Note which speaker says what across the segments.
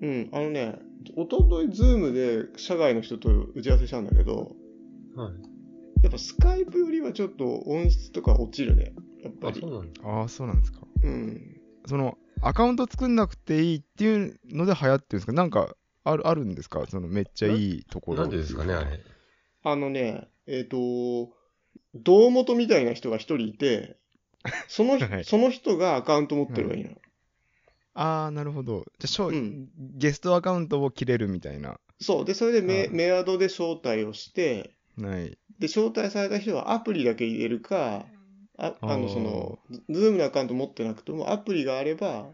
Speaker 1: うん、あのね、おととい、ズームで社外の人と打ち合わせしたんだけど、
Speaker 2: はい。
Speaker 1: やっぱスカイプよりはちょっと音質とか落ちるね、やっぱ
Speaker 2: あ、
Speaker 1: り
Speaker 2: そ。うなんだ。
Speaker 3: ああ、そうなんですか。
Speaker 1: うん。
Speaker 3: その、アカウント作んなくていいっていうので流行ってるんですかなんか、ある、あるんですかその、めっちゃいいところ。
Speaker 2: なんでですかね、あれ。。
Speaker 1: あのね、えっ、と、堂本みたいな人が一人いて、 その人、
Speaker 3: はい
Speaker 1: その人がアカウント持ってればいいの。
Speaker 3: ああ、なるほど。じゃあ、しょ
Speaker 1: うん
Speaker 3: ゲストアカウントを切れるみたいな。
Speaker 1: そう。で、それでメ,、
Speaker 3: うん
Speaker 1: メアドで招待をして、
Speaker 3: ない。
Speaker 1: で、招待された人はアプリだけ入れるか、ああ
Speaker 3: あ
Speaker 1: の、
Speaker 3: ー
Speaker 1: その、ズームのアカウント持ってなくても、アプリがあれば、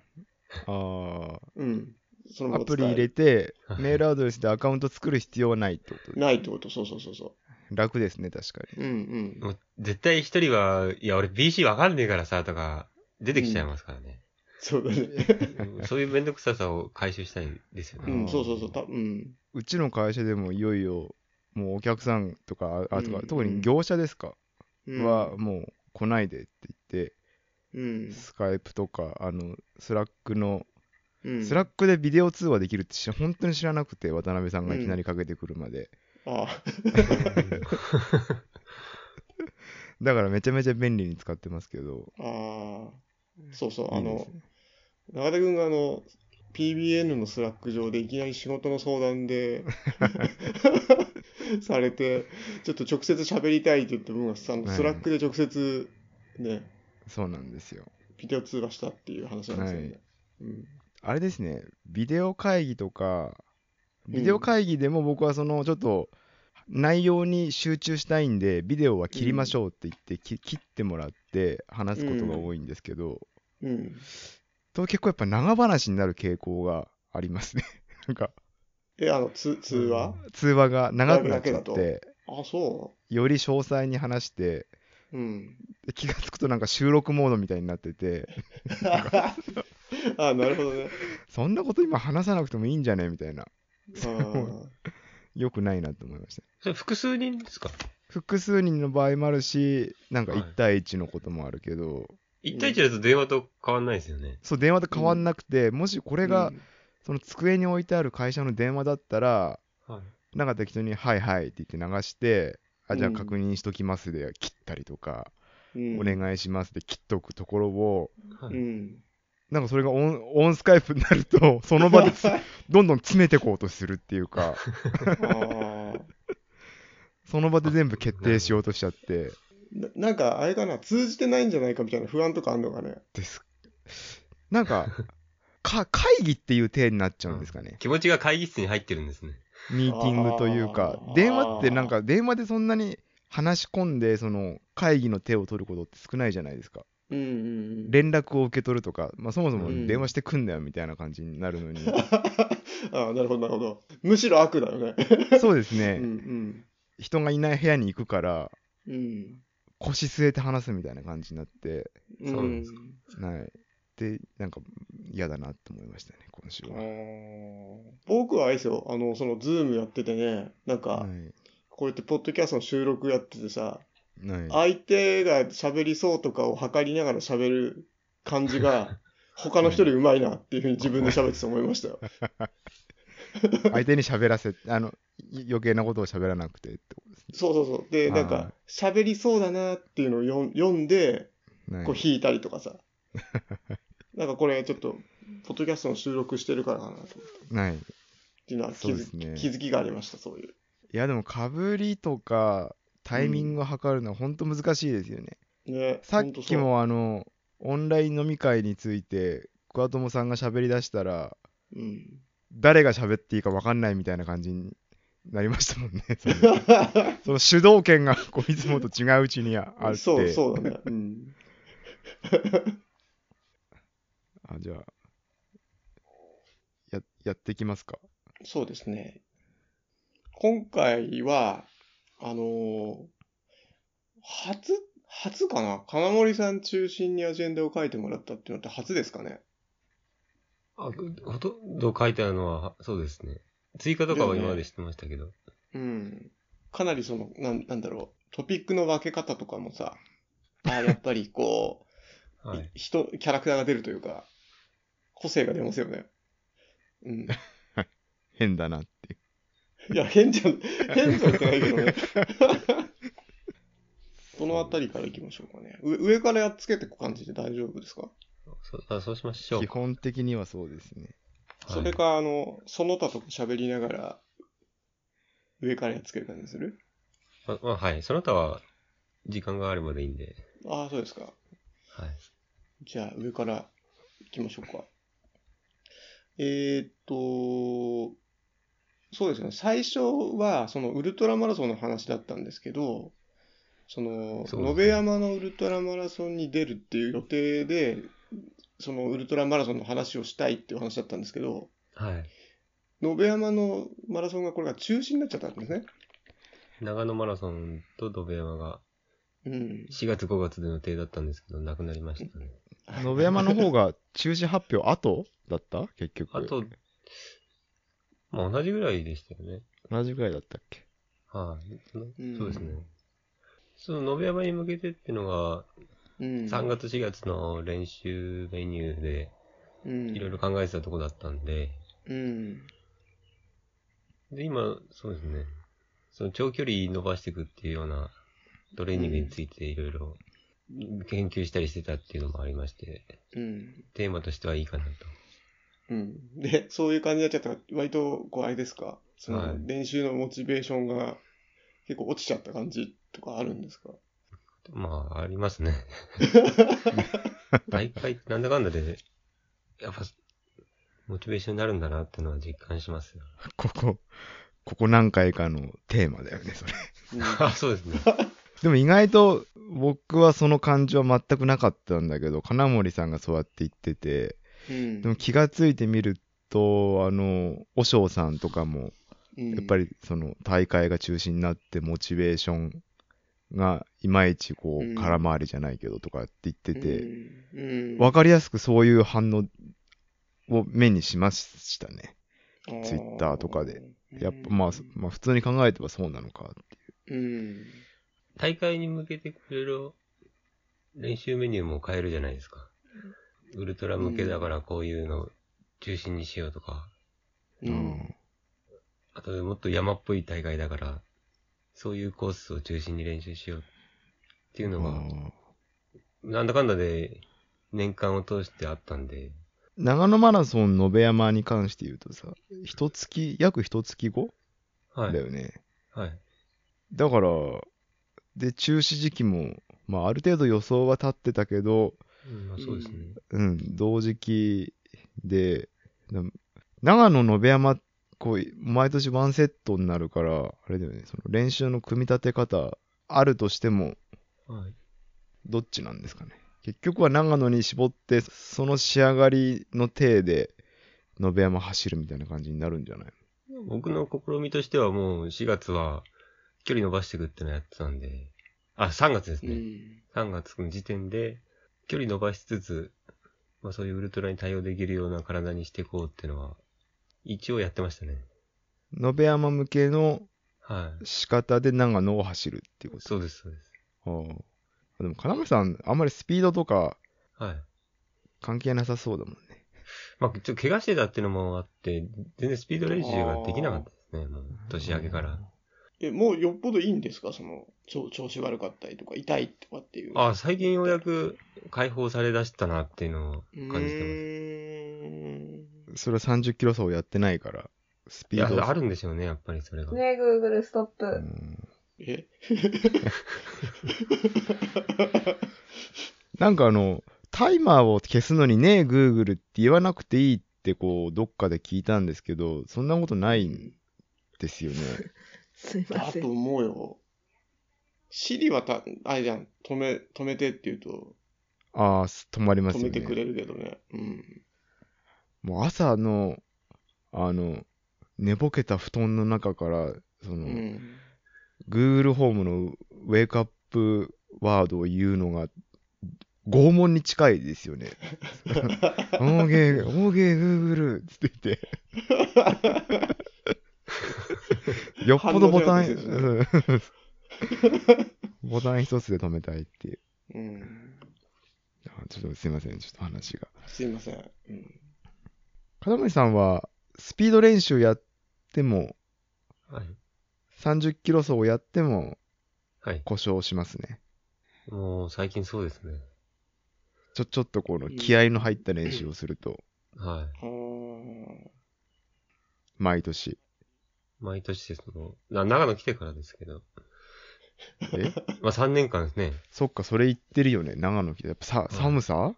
Speaker 3: あ
Speaker 1: うん。その
Speaker 3: あ。
Speaker 1: ま
Speaker 3: ア
Speaker 1: ま
Speaker 3: プ
Speaker 1: 使える
Speaker 3: リ入れて
Speaker 2: は、い
Speaker 3: メールアドレスでアカウント作る必要はないってこと
Speaker 1: ないってこと、そうそうそうそ
Speaker 3: 楽ですね、確か
Speaker 1: う。うんうん。
Speaker 2: もう絶対一人は、いや、俺 BC わかんねえからさ、とか、出てきちゃいますからね。
Speaker 1: そうだね。
Speaker 2: うんそういうめんどくささを回収したいですよ
Speaker 1: う
Speaker 2: ね。
Speaker 1: ん、そうそうそう、たうん。
Speaker 3: に。うちの会社でもいよいよ、もうお客さんとか、ああとか、
Speaker 1: うん
Speaker 3: 特に業者ですか、
Speaker 1: うん、
Speaker 3: は、もう来ないでって言って、
Speaker 1: うん。
Speaker 3: スカイプとか、あの、スラックの、
Speaker 1: うん、
Speaker 3: スラックでビデオ通話できるって知ら 本当に知らなくて、渡辺さんがいきなりかけてくるまで。
Speaker 1: あ
Speaker 3: だからめちゃめちゃ便利に使ってますけど。
Speaker 1: あ、ああ、そうそう、あ
Speaker 3: いい
Speaker 1: の、
Speaker 3: ですね
Speaker 1: 中田君があの、PBN のスラック上でいきなり仕事の相談で されて、ちょっと直接喋りたいって言って、僕があの
Speaker 3: はい
Speaker 1: スラックで直接ね、
Speaker 3: そうなんですよ。
Speaker 1: ビデオ通話したっていう話なんですよね。うん
Speaker 3: あれですね、ビデオ会議とか、
Speaker 1: ん
Speaker 3: ビデオ会議でも僕はそのちょっと内容に集中したいんで、ビデオは切りましょうって言って、き切ってもらって話すことが多いんですけど、
Speaker 1: うん。
Speaker 3: と結構やっぱ長話になる傾向がありますね。なんか
Speaker 1: え、あの、つ通話
Speaker 3: 通話が長くなっちゃっ
Speaker 1: ライブだ
Speaker 3: て、
Speaker 1: あ、そ
Speaker 3: より詳細に話して、
Speaker 1: ううん。
Speaker 3: で気がつくとなんか収録モードみたいになってて、
Speaker 1: あ、なるほどね。
Speaker 3: そんなこと今話さなくてもいいんじゃねみたいな。
Speaker 1: あー
Speaker 3: よくないなと思いました。
Speaker 2: それ複数人ですか
Speaker 3: 複数人の場合もあるし、なんか
Speaker 2: はい
Speaker 3: 1対1のこともあるけど、
Speaker 2: 一対一だと電話と変わんないですよね。
Speaker 3: そう、電話と変わんなくて、もしこれが、
Speaker 1: うん
Speaker 3: その机に置いてある会社の電話だったら、
Speaker 2: はい。
Speaker 3: なんか適当に、はいはいって言って流して、あ、じゃあ
Speaker 1: うん
Speaker 3: 確認しときますで切ったりとか、
Speaker 1: うん、
Speaker 3: お願いしますで切っとくところを、
Speaker 2: は
Speaker 1: う
Speaker 2: い、
Speaker 1: ん。
Speaker 3: なんかそれがオンオンスカイプになると、その場で
Speaker 1: あ
Speaker 3: どんどん詰めてこうとするっていうか、
Speaker 1: ー
Speaker 3: その場で全部決定しようとしちゃって、
Speaker 1: ななんか、あれかな、通じてないんじゃないかみたいな不安とかあんのかね。
Speaker 3: です。なんか、か会議っていう体になっちゃうんですか ね。
Speaker 2: 気持ちが会議室に入ってるんですね。
Speaker 3: ミーティングというか
Speaker 1: あ、ー
Speaker 3: 電話ってなんか、電話でそんなに話し込んで、その会議の手を取ることって少ないじゃないですか。
Speaker 1: うんうんうん。
Speaker 3: 連絡を受け取るとか、まあ、そもそも
Speaker 1: うん
Speaker 3: 電話してくんだよみたいな感じにな るのに、
Speaker 1: ああ、なるほど、なるほど。むしろ悪だよね。
Speaker 3: そうです
Speaker 1: う
Speaker 3: ね、
Speaker 1: ん
Speaker 3: 人がいない部屋に行くから、
Speaker 1: うん。うん。
Speaker 3: 腰据えて話すみたいな感じになって、
Speaker 1: うん。
Speaker 2: そうなんで
Speaker 3: はい。で、なんか、嫌だなって思いましたね、今週
Speaker 1: あ
Speaker 3: は。
Speaker 1: ー僕はあれですよ、あの、その、ズームやっててね、なん
Speaker 3: は
Speaker 1: か、こうやって、ポッドキャストの収録やっててさ、
Speaker 3: い。はい、
Speaker 1: 相手が喋りそうとかを測りながら喋る感じが、他の人よりうまいなっていうふうに自分で喋ってて思いましたよ。
Speaker 3: 相手に喋らせあの、い余計なことを喋らなくてってことです
Speaker 1: そうそうそう。で、
Speaker 3: あー
Speaker 1: なんか、喋りそうだなっていうのを読ん読んで、
Speaker 3: ね。はい
Speaker 1: こう弾いたりとか さ。なんかこれ、ちょっと、ポッドキャストの収録してるからかなと思って。
Speaker 3: はい。
Speaker 1: っていうのは気
Speaker 3: そうで
Speaker 1: づ,、
Speaker 3: すね
Speaker 1: 気づきがありました、そういう。
Speaker 3: いやでもかぶりとかタイミングを測るのは本当難しいですよね。
Speaker 1: ね、
Speaker 3: さっ
Speaker 1: ほんと
Speaker 3: きもあのオンライン飲み会について桑友さんが喋り出したら
Speaker 1: そう。うん。
Speaker 3: 誰が喋っていいか分かんないみたいな感じになりましたもんね。 そのその主導権がこういつもと違ううちにああって
Speaker 1: そう、そうだね。うん。
Speaker 3: あじゃあややっていきますか。
Speaker 1: そうですね。今回は、あのー初、初かな金森さん中心にアジェンダを書いてもらったっていうのって初ですかね
Speaker 2: あ、ほとんど書いてあるのは、そうですね。追加とかは今まで知ってましたけど。
Speaker 1: うん。かなりその、なんなんだろう、トピックの分け方とかもさ、あ ーやっぱりこう、
Speaker 2: はい。
Speaker 1: 人、キャラクターが出るというか、個性が出ますよね。うん。
Speaker 3: 変だなって。
Speaker 1: いや、変じゃん、変じゃってないけど ね。どのあたりから行きましょうかね。上上からやっつけていく感じで大丈夫ですか、
Speaker 2: そあそうしましょう。
Speaker 3: 基本的にはそうです ね。
Speaker 2: はい
Speaker 1: それか、あの、その他とか喋りながら、上からやっつける感じにする
Speaker 2: ままあ、はい。その他は、時間があるまでいいんで。
Speaker 1: ああ、そうですか。
Speaker 2: はい。
Speaker 1: じゃあ、上から行きましょうか。えーっと、そうですね。最初は、そのウルトラマラソンの話だったんですけど、その、
Speaker 2: そうですね
Speaker 1: 野辺山のウルトラマラソンに出るっていう予定で、そのウルトラマラソンの話をしたいっていう話だったんですけど、
Speaker 2: はい。
Speaker 1: 野辺山のマラソンがこれが中止になっちゃったんですね。
Speaker 2: 長野マラソンとドベ山が
Speaker 1: うん。
Speaker 2: 4月5月の予定だったんですけど、なくなりましたね。
Speaker 3: 野辺山の方が中止発表後だった結局。
Speaker 2: あと、まあ同じぐらいでしたよね。
Speaker 3: 同じぐらいだったっけ
Speaker 2: はい、その
Speaker 1: うん
Speaker 2: そうですね。その、延山に向けてっていうのが、
Speaker 1: うん。
Speaker 2: 3月4月の練習メニューで、
Speaker 1: うん。
Speaker 2: いろいろ考えてたとこだったんで、
Speaker 1: うん。
Speaker 2: で、今、そうですね。その長距離伸ばしていくっていうようなトレーニングについていろいろ研究したりしてたっていうのもありまして、
Speaker 1: うん。
Speaker 2: テーマとしてはいいかなと。
Speaker 1: うん。で、 そういう感じになっちゃったら、割と、こう、あれですかそ
Speaker 2: はい
Speaker 1: の、練習のモチベーションが、結構落ちちゃった感じとかあるんですか
Speaker 2: まあ、ありますね。 大会、なんだかんだで、やっぱ、モチベーションになるんだなってのは実感しますよ。
Speaker 3: ここ、ここ何回かのテーマだよね、それ。
Speaker 1: うん
Speaker 2: あ、 そうですね。
Speaker 3: でも意外と僕はその感じは全くなかったんだけど、金森さんがそうやって言ってて、
Speaker 1: うん
Speaker 3: でも気がついてみると、あの、和尚さんとかも、やっぱ
Speaker 1: り、
Speaker 3: りその大会が中止になってモチベーションがいまいちこ
Speaker 1: うん
Speaker 3: う空回りじゃないけどとかって言ってて、
Speaker 1: うん、
Speaker 3: わかりやすくそういう反応を目にしましたね。
Speaker 1: る
Speaker 3: Twitter とかで。
Speaker 1: あー
Speaker 3: やっぱまあ、まあ普通に考えてばそうなのか。
Speaker 1: うん。
Speaker 2: 大会に向けていろいろ練習メニューも変えるじゃないですか。ウルトラ向けだからこういうのを中心にしようとか、
Speaker 1: う。
Speaker 3: うんん
Speaker 2: あともっと山っぽい大会だから、そういうコースを中心に練習しようっていうのが、なんだかんだで年間を通してあったんで、
Speaker 3: 長野マラソン延山に関して言うとさ、一月、約一月後
Speaker 2: は
Speaker 3: だ
Speaker 2: い。
Speaker 3: よね。
Speaker 2: はい。
Speaker 3: だから、で、中止時期も、まあある程度予想は立ってたけど、
Speaker 2: うんまあ、そうですね。
Speaker 3: うん、同時期で、な長野の部山、こう、毎年ワンセットになるから、あれだよね、その練習の組み立て方、あるとしても、
Speaker 2: はい。
Speaker 3: どっちなんですかね。結局は長野に絞って、その仕上がりの体で、野辺山走るみたいな感じになるんじゃない
Speaker 2: 僕の試みとしてはもう4月は距離伸ばしていくってのやってたんで、あ、3月です
Speaker 1: う
Speaker 2: ね。
Speaker 1: ん。
Speaker 2: 3月の時点で、距離伸ばしつつ、まあそういうウルトラに対応できるような体にしていこうっていうのは、一応やってましたね。
Speaker 3: 野辺山向けの
Speaker 2: はい。
Speaker 3: 仕方で長野を走るっていうこ
Speaker 2: そうです、そうです。
Speaker 3: と。ああでも、金森さん、あんまりスピードとか
Speaker 2: はい。
Speaker 3: 関係なさそうだもんね。
Speaker 2: まあちょっと怪我してたっていうのもあって、全然スピード練習ができなかったですね、もう年明けから。
Speaker 1: え、もうよっぽどいいんですかその、調調子悪かったりとか、痛いとかっていう。
Speaker 2: ああ、最近ようやく解放されだしたなっていうのを
Speaker 1: うーん、
Speaker 2: 感じてます。
Speaker 3: それは30キロ走をやってないから、ス
Speaker 2: い
Speaker 3: ピード
Speaker 2: や、
Speaker 3: を
Speaker 2: あるんでしょうね、やっぱりそれが。
Speaker 4: ねえ、Google ストッ
Speaker 3: う
Speaker 4: プ。
Speaker 3: ん
Speaker 1: え
Speaker 3: なんかあの、タイマーを消すのにね、Google って言わなくていいってこう、どっかで聞いたんですけど、そんなことないんです よね。
Speaker 4: すいま
Speaker 1: だ
Speaker 4: せ
Speaker 1: と
Speaker 4: ん。
Speaker 1: 思うよ。シリはた、あれじゃん、止め、止めてって言うと、
Speaker 3: ああ、す止まります
Speaker 1: 止
Speaker 3: よ
Speaker 1: めてく
Speaker 3: ね。
Speaker 1: れるけどね。うん。
Speaker 3: もう朝の、あの、寝ぼけた布団の中から、その、
Speaker 1: うん
Speaker 3: Google ホームのウェイクアップワードを言うのが、拷問に近いですよね。オーゲー、オーゲー、Google! つって言っ て。よっぽどボタン、
Speaker 1: 反応じゃ
Speaker 3: うんボタン一つで止めたいっていう。
Speaker 1: うん。
Speaker 3: あちょっとすいません、ちょっと話が。
Speaker 1: すいません。うん。
Speaker 3: 片森さんは、スピード練習やっても、
Speaker 2: はい。
Speaker 3: 30キロ走をやっても
Speaker 2: はい。
Speaker 3: 故障しますね。
Speaker 2: もう最近そうですね。
Speaker 3: ちょ、ちょっとこの気合の入った練習をすると、
Speaker 2: は
Speaker 1: あー
Speaker 3: 毎年。
Speaker 2: い。毎年です。もう、な長野来てからですけど。
Speaker 3: え
Speaker 2: まあ3年間ですね。
Speaker 3: そっか、それ言ってるよね、長野来て。やっぱさ、
Speaker 2: うん
Speaker 3: 寒さ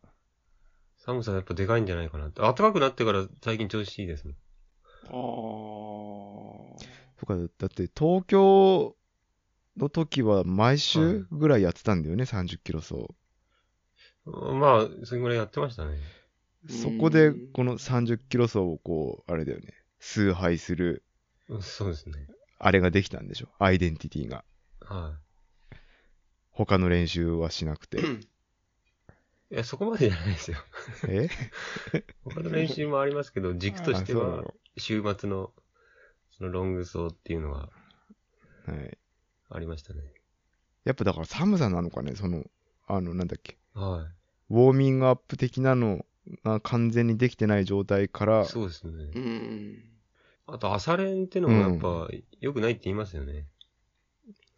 Speaker 2: 寒さやっぱでかいんじゃないかなって。暖かくなってから最近調子いいですもん。
Speaker 1: あー。
Speaker 3: とか、だって東京の時は毎週ぐらいやってたんだよね、30キロ走。
Speaker 2: まあ、それぐらいやってましたね。
Speaker 3: そこで
Speaker 1: うん、
Speaker 3: この30キロ走をこう、あれだよね、崇拝する、
Speaker 2: うんそうですね。
Speaker 3: あれができたんでしょ、アイデンティティが。
Speaker 2: は
Speaker 3: 他の練習はし なくて。
Speaker 2: い。いや、そこまでじゃないですよ。
Speaker 3: え
Speaker 2: 他の練習もありますけど、軸として
Speaker 3: あそうな
Speaker 2: は、週末の、そのロング走っていうのが
Speaker 3: のはい。
Speaker 2: ありましたね。
Speaker 3: やっぱだから寒さなのかね、その、あの、なんだっけ、
Speaker 2: は
Speaker 3: ウォーミングアップ的なのが完全にできてない状態から、
Speaker 2: い。そうです
Speaker 1: う
Speaker 2: ね。
Speaker 1: ん。
Speaker 2: あと、朝練ってのもやっぱ、良くないって言いますよね。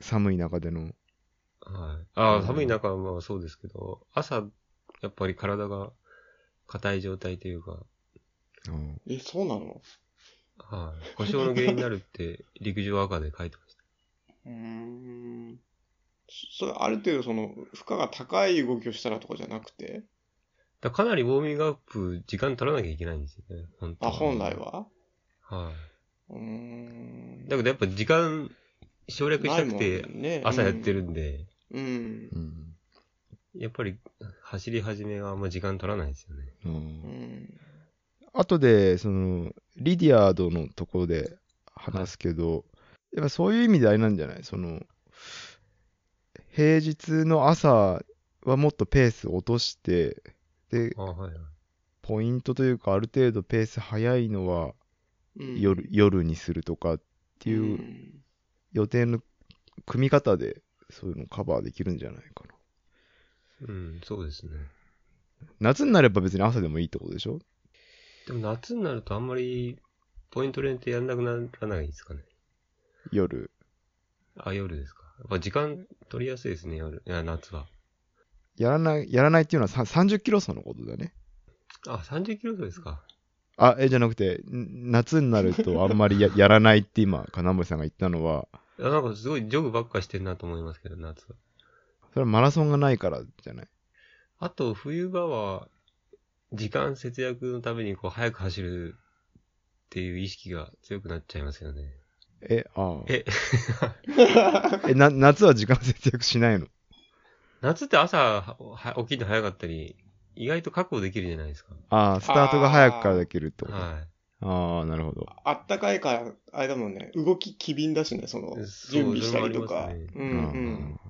Speaker 3: 寒い中での、
Speaker 2: はい。あ
Speaker 3: う
Speaker 2: あ、
Speaker 3: ん
Speaker 2: 寒い中はまあそうですけど、朝、やっぱり体が硬い状態というか、
Speaker 3: うん
Speaker 1: え、そうなの
Speaker 2: はい。故障の原因になる って、陸上赤で書いてまし
Speaker 1: うーん。そそれ、ある程度、その、負荷が高い動きをしたらとかじゃなくて、
Speaker 2: た。だからかなりウォーミングアップ、時間取らなきゃいけないんですよね。本当
Speaker 1: あ、本来は
Speaker 2: は
Speaker 1: うーん
Speaker 2: い。だけどやっぱ時間、省略したくて、
Speaker 1: ね
Speaker 2: 朝やって
Speaker 1: る。
Speaker 2: るんで、
Speaker 1: うん。
Speaker 3: うん
Speaker 2: やっぱり走り始めはあんま時間取らないですよね。
Speaker 3: う。
Speaker 1: うんん。
Speaker 3: 後で、その、リディアードのところで話すけど、やっぱそういう意味であれなんじゃないその、平日の朝はもっとペース落として、で、
Speaker 2: あはいはい。
Speaker 3: ポイントというか、ある程度ペース早いのは
Speaker 1: うん
Speaker 3: 夜、夜にするとかっていう、
Speaker 1: うん
Speaker 3: 予定の組み方でそういうのカバーできるんじゃないかな。
Speaker 2: うん、そうですね。
Speaker 3: 夏になれば別に朝でもいいってことでしょ
Speaker 2: でも夏になるとあんまり、ポイント連ってやんなくならないですかね。
Speaker 3: 夜。
Speaker 2: あ、夜ですか。やっぱ時間取りやすいですね、夜。いや、夏は。
Speaker 3: やらない、やらないっていうのはさ30キロ走のことだね。
Speaker 2: あ、30キロですか。
Speaker 3: あ、え、じゃなくて、ん夏になるとあんま りややらないって今、金森さんが言ったのは、
Speaker 2: いやなんかすごいジョグばっかしてんなと思いますけど、夏は。
Speaker 3: それはマラソンがないからじゃない。
Speaker 2: あと、冬場は、時間節約のために、こう、早く走るっていう意識が強くなっちゃいますよね。
Speaker 3: え、ああ。
Speaker 2: え、
Speaker 3: え、な、夏は時間節約しないの
Speaker 2: 夏って朝はは起きるの早かったり、意外と確保できるじゃないですか。
Speaker 3: ああ、スタートが早くからできるってこと。あ
Speaker 2: は
Speaker 3: あ、なるほど。
Speaker 1: あったかいから、あれだもんね、動き機敏だしね、その
Speaker 2: い。、そう
Speaker 1: 準備したりと
Speaker 2: そ
Speaker 1: か。
Speaker 2: れもあります
Speaker 1: う
Speaker 3: うん
Speaker 1: うん。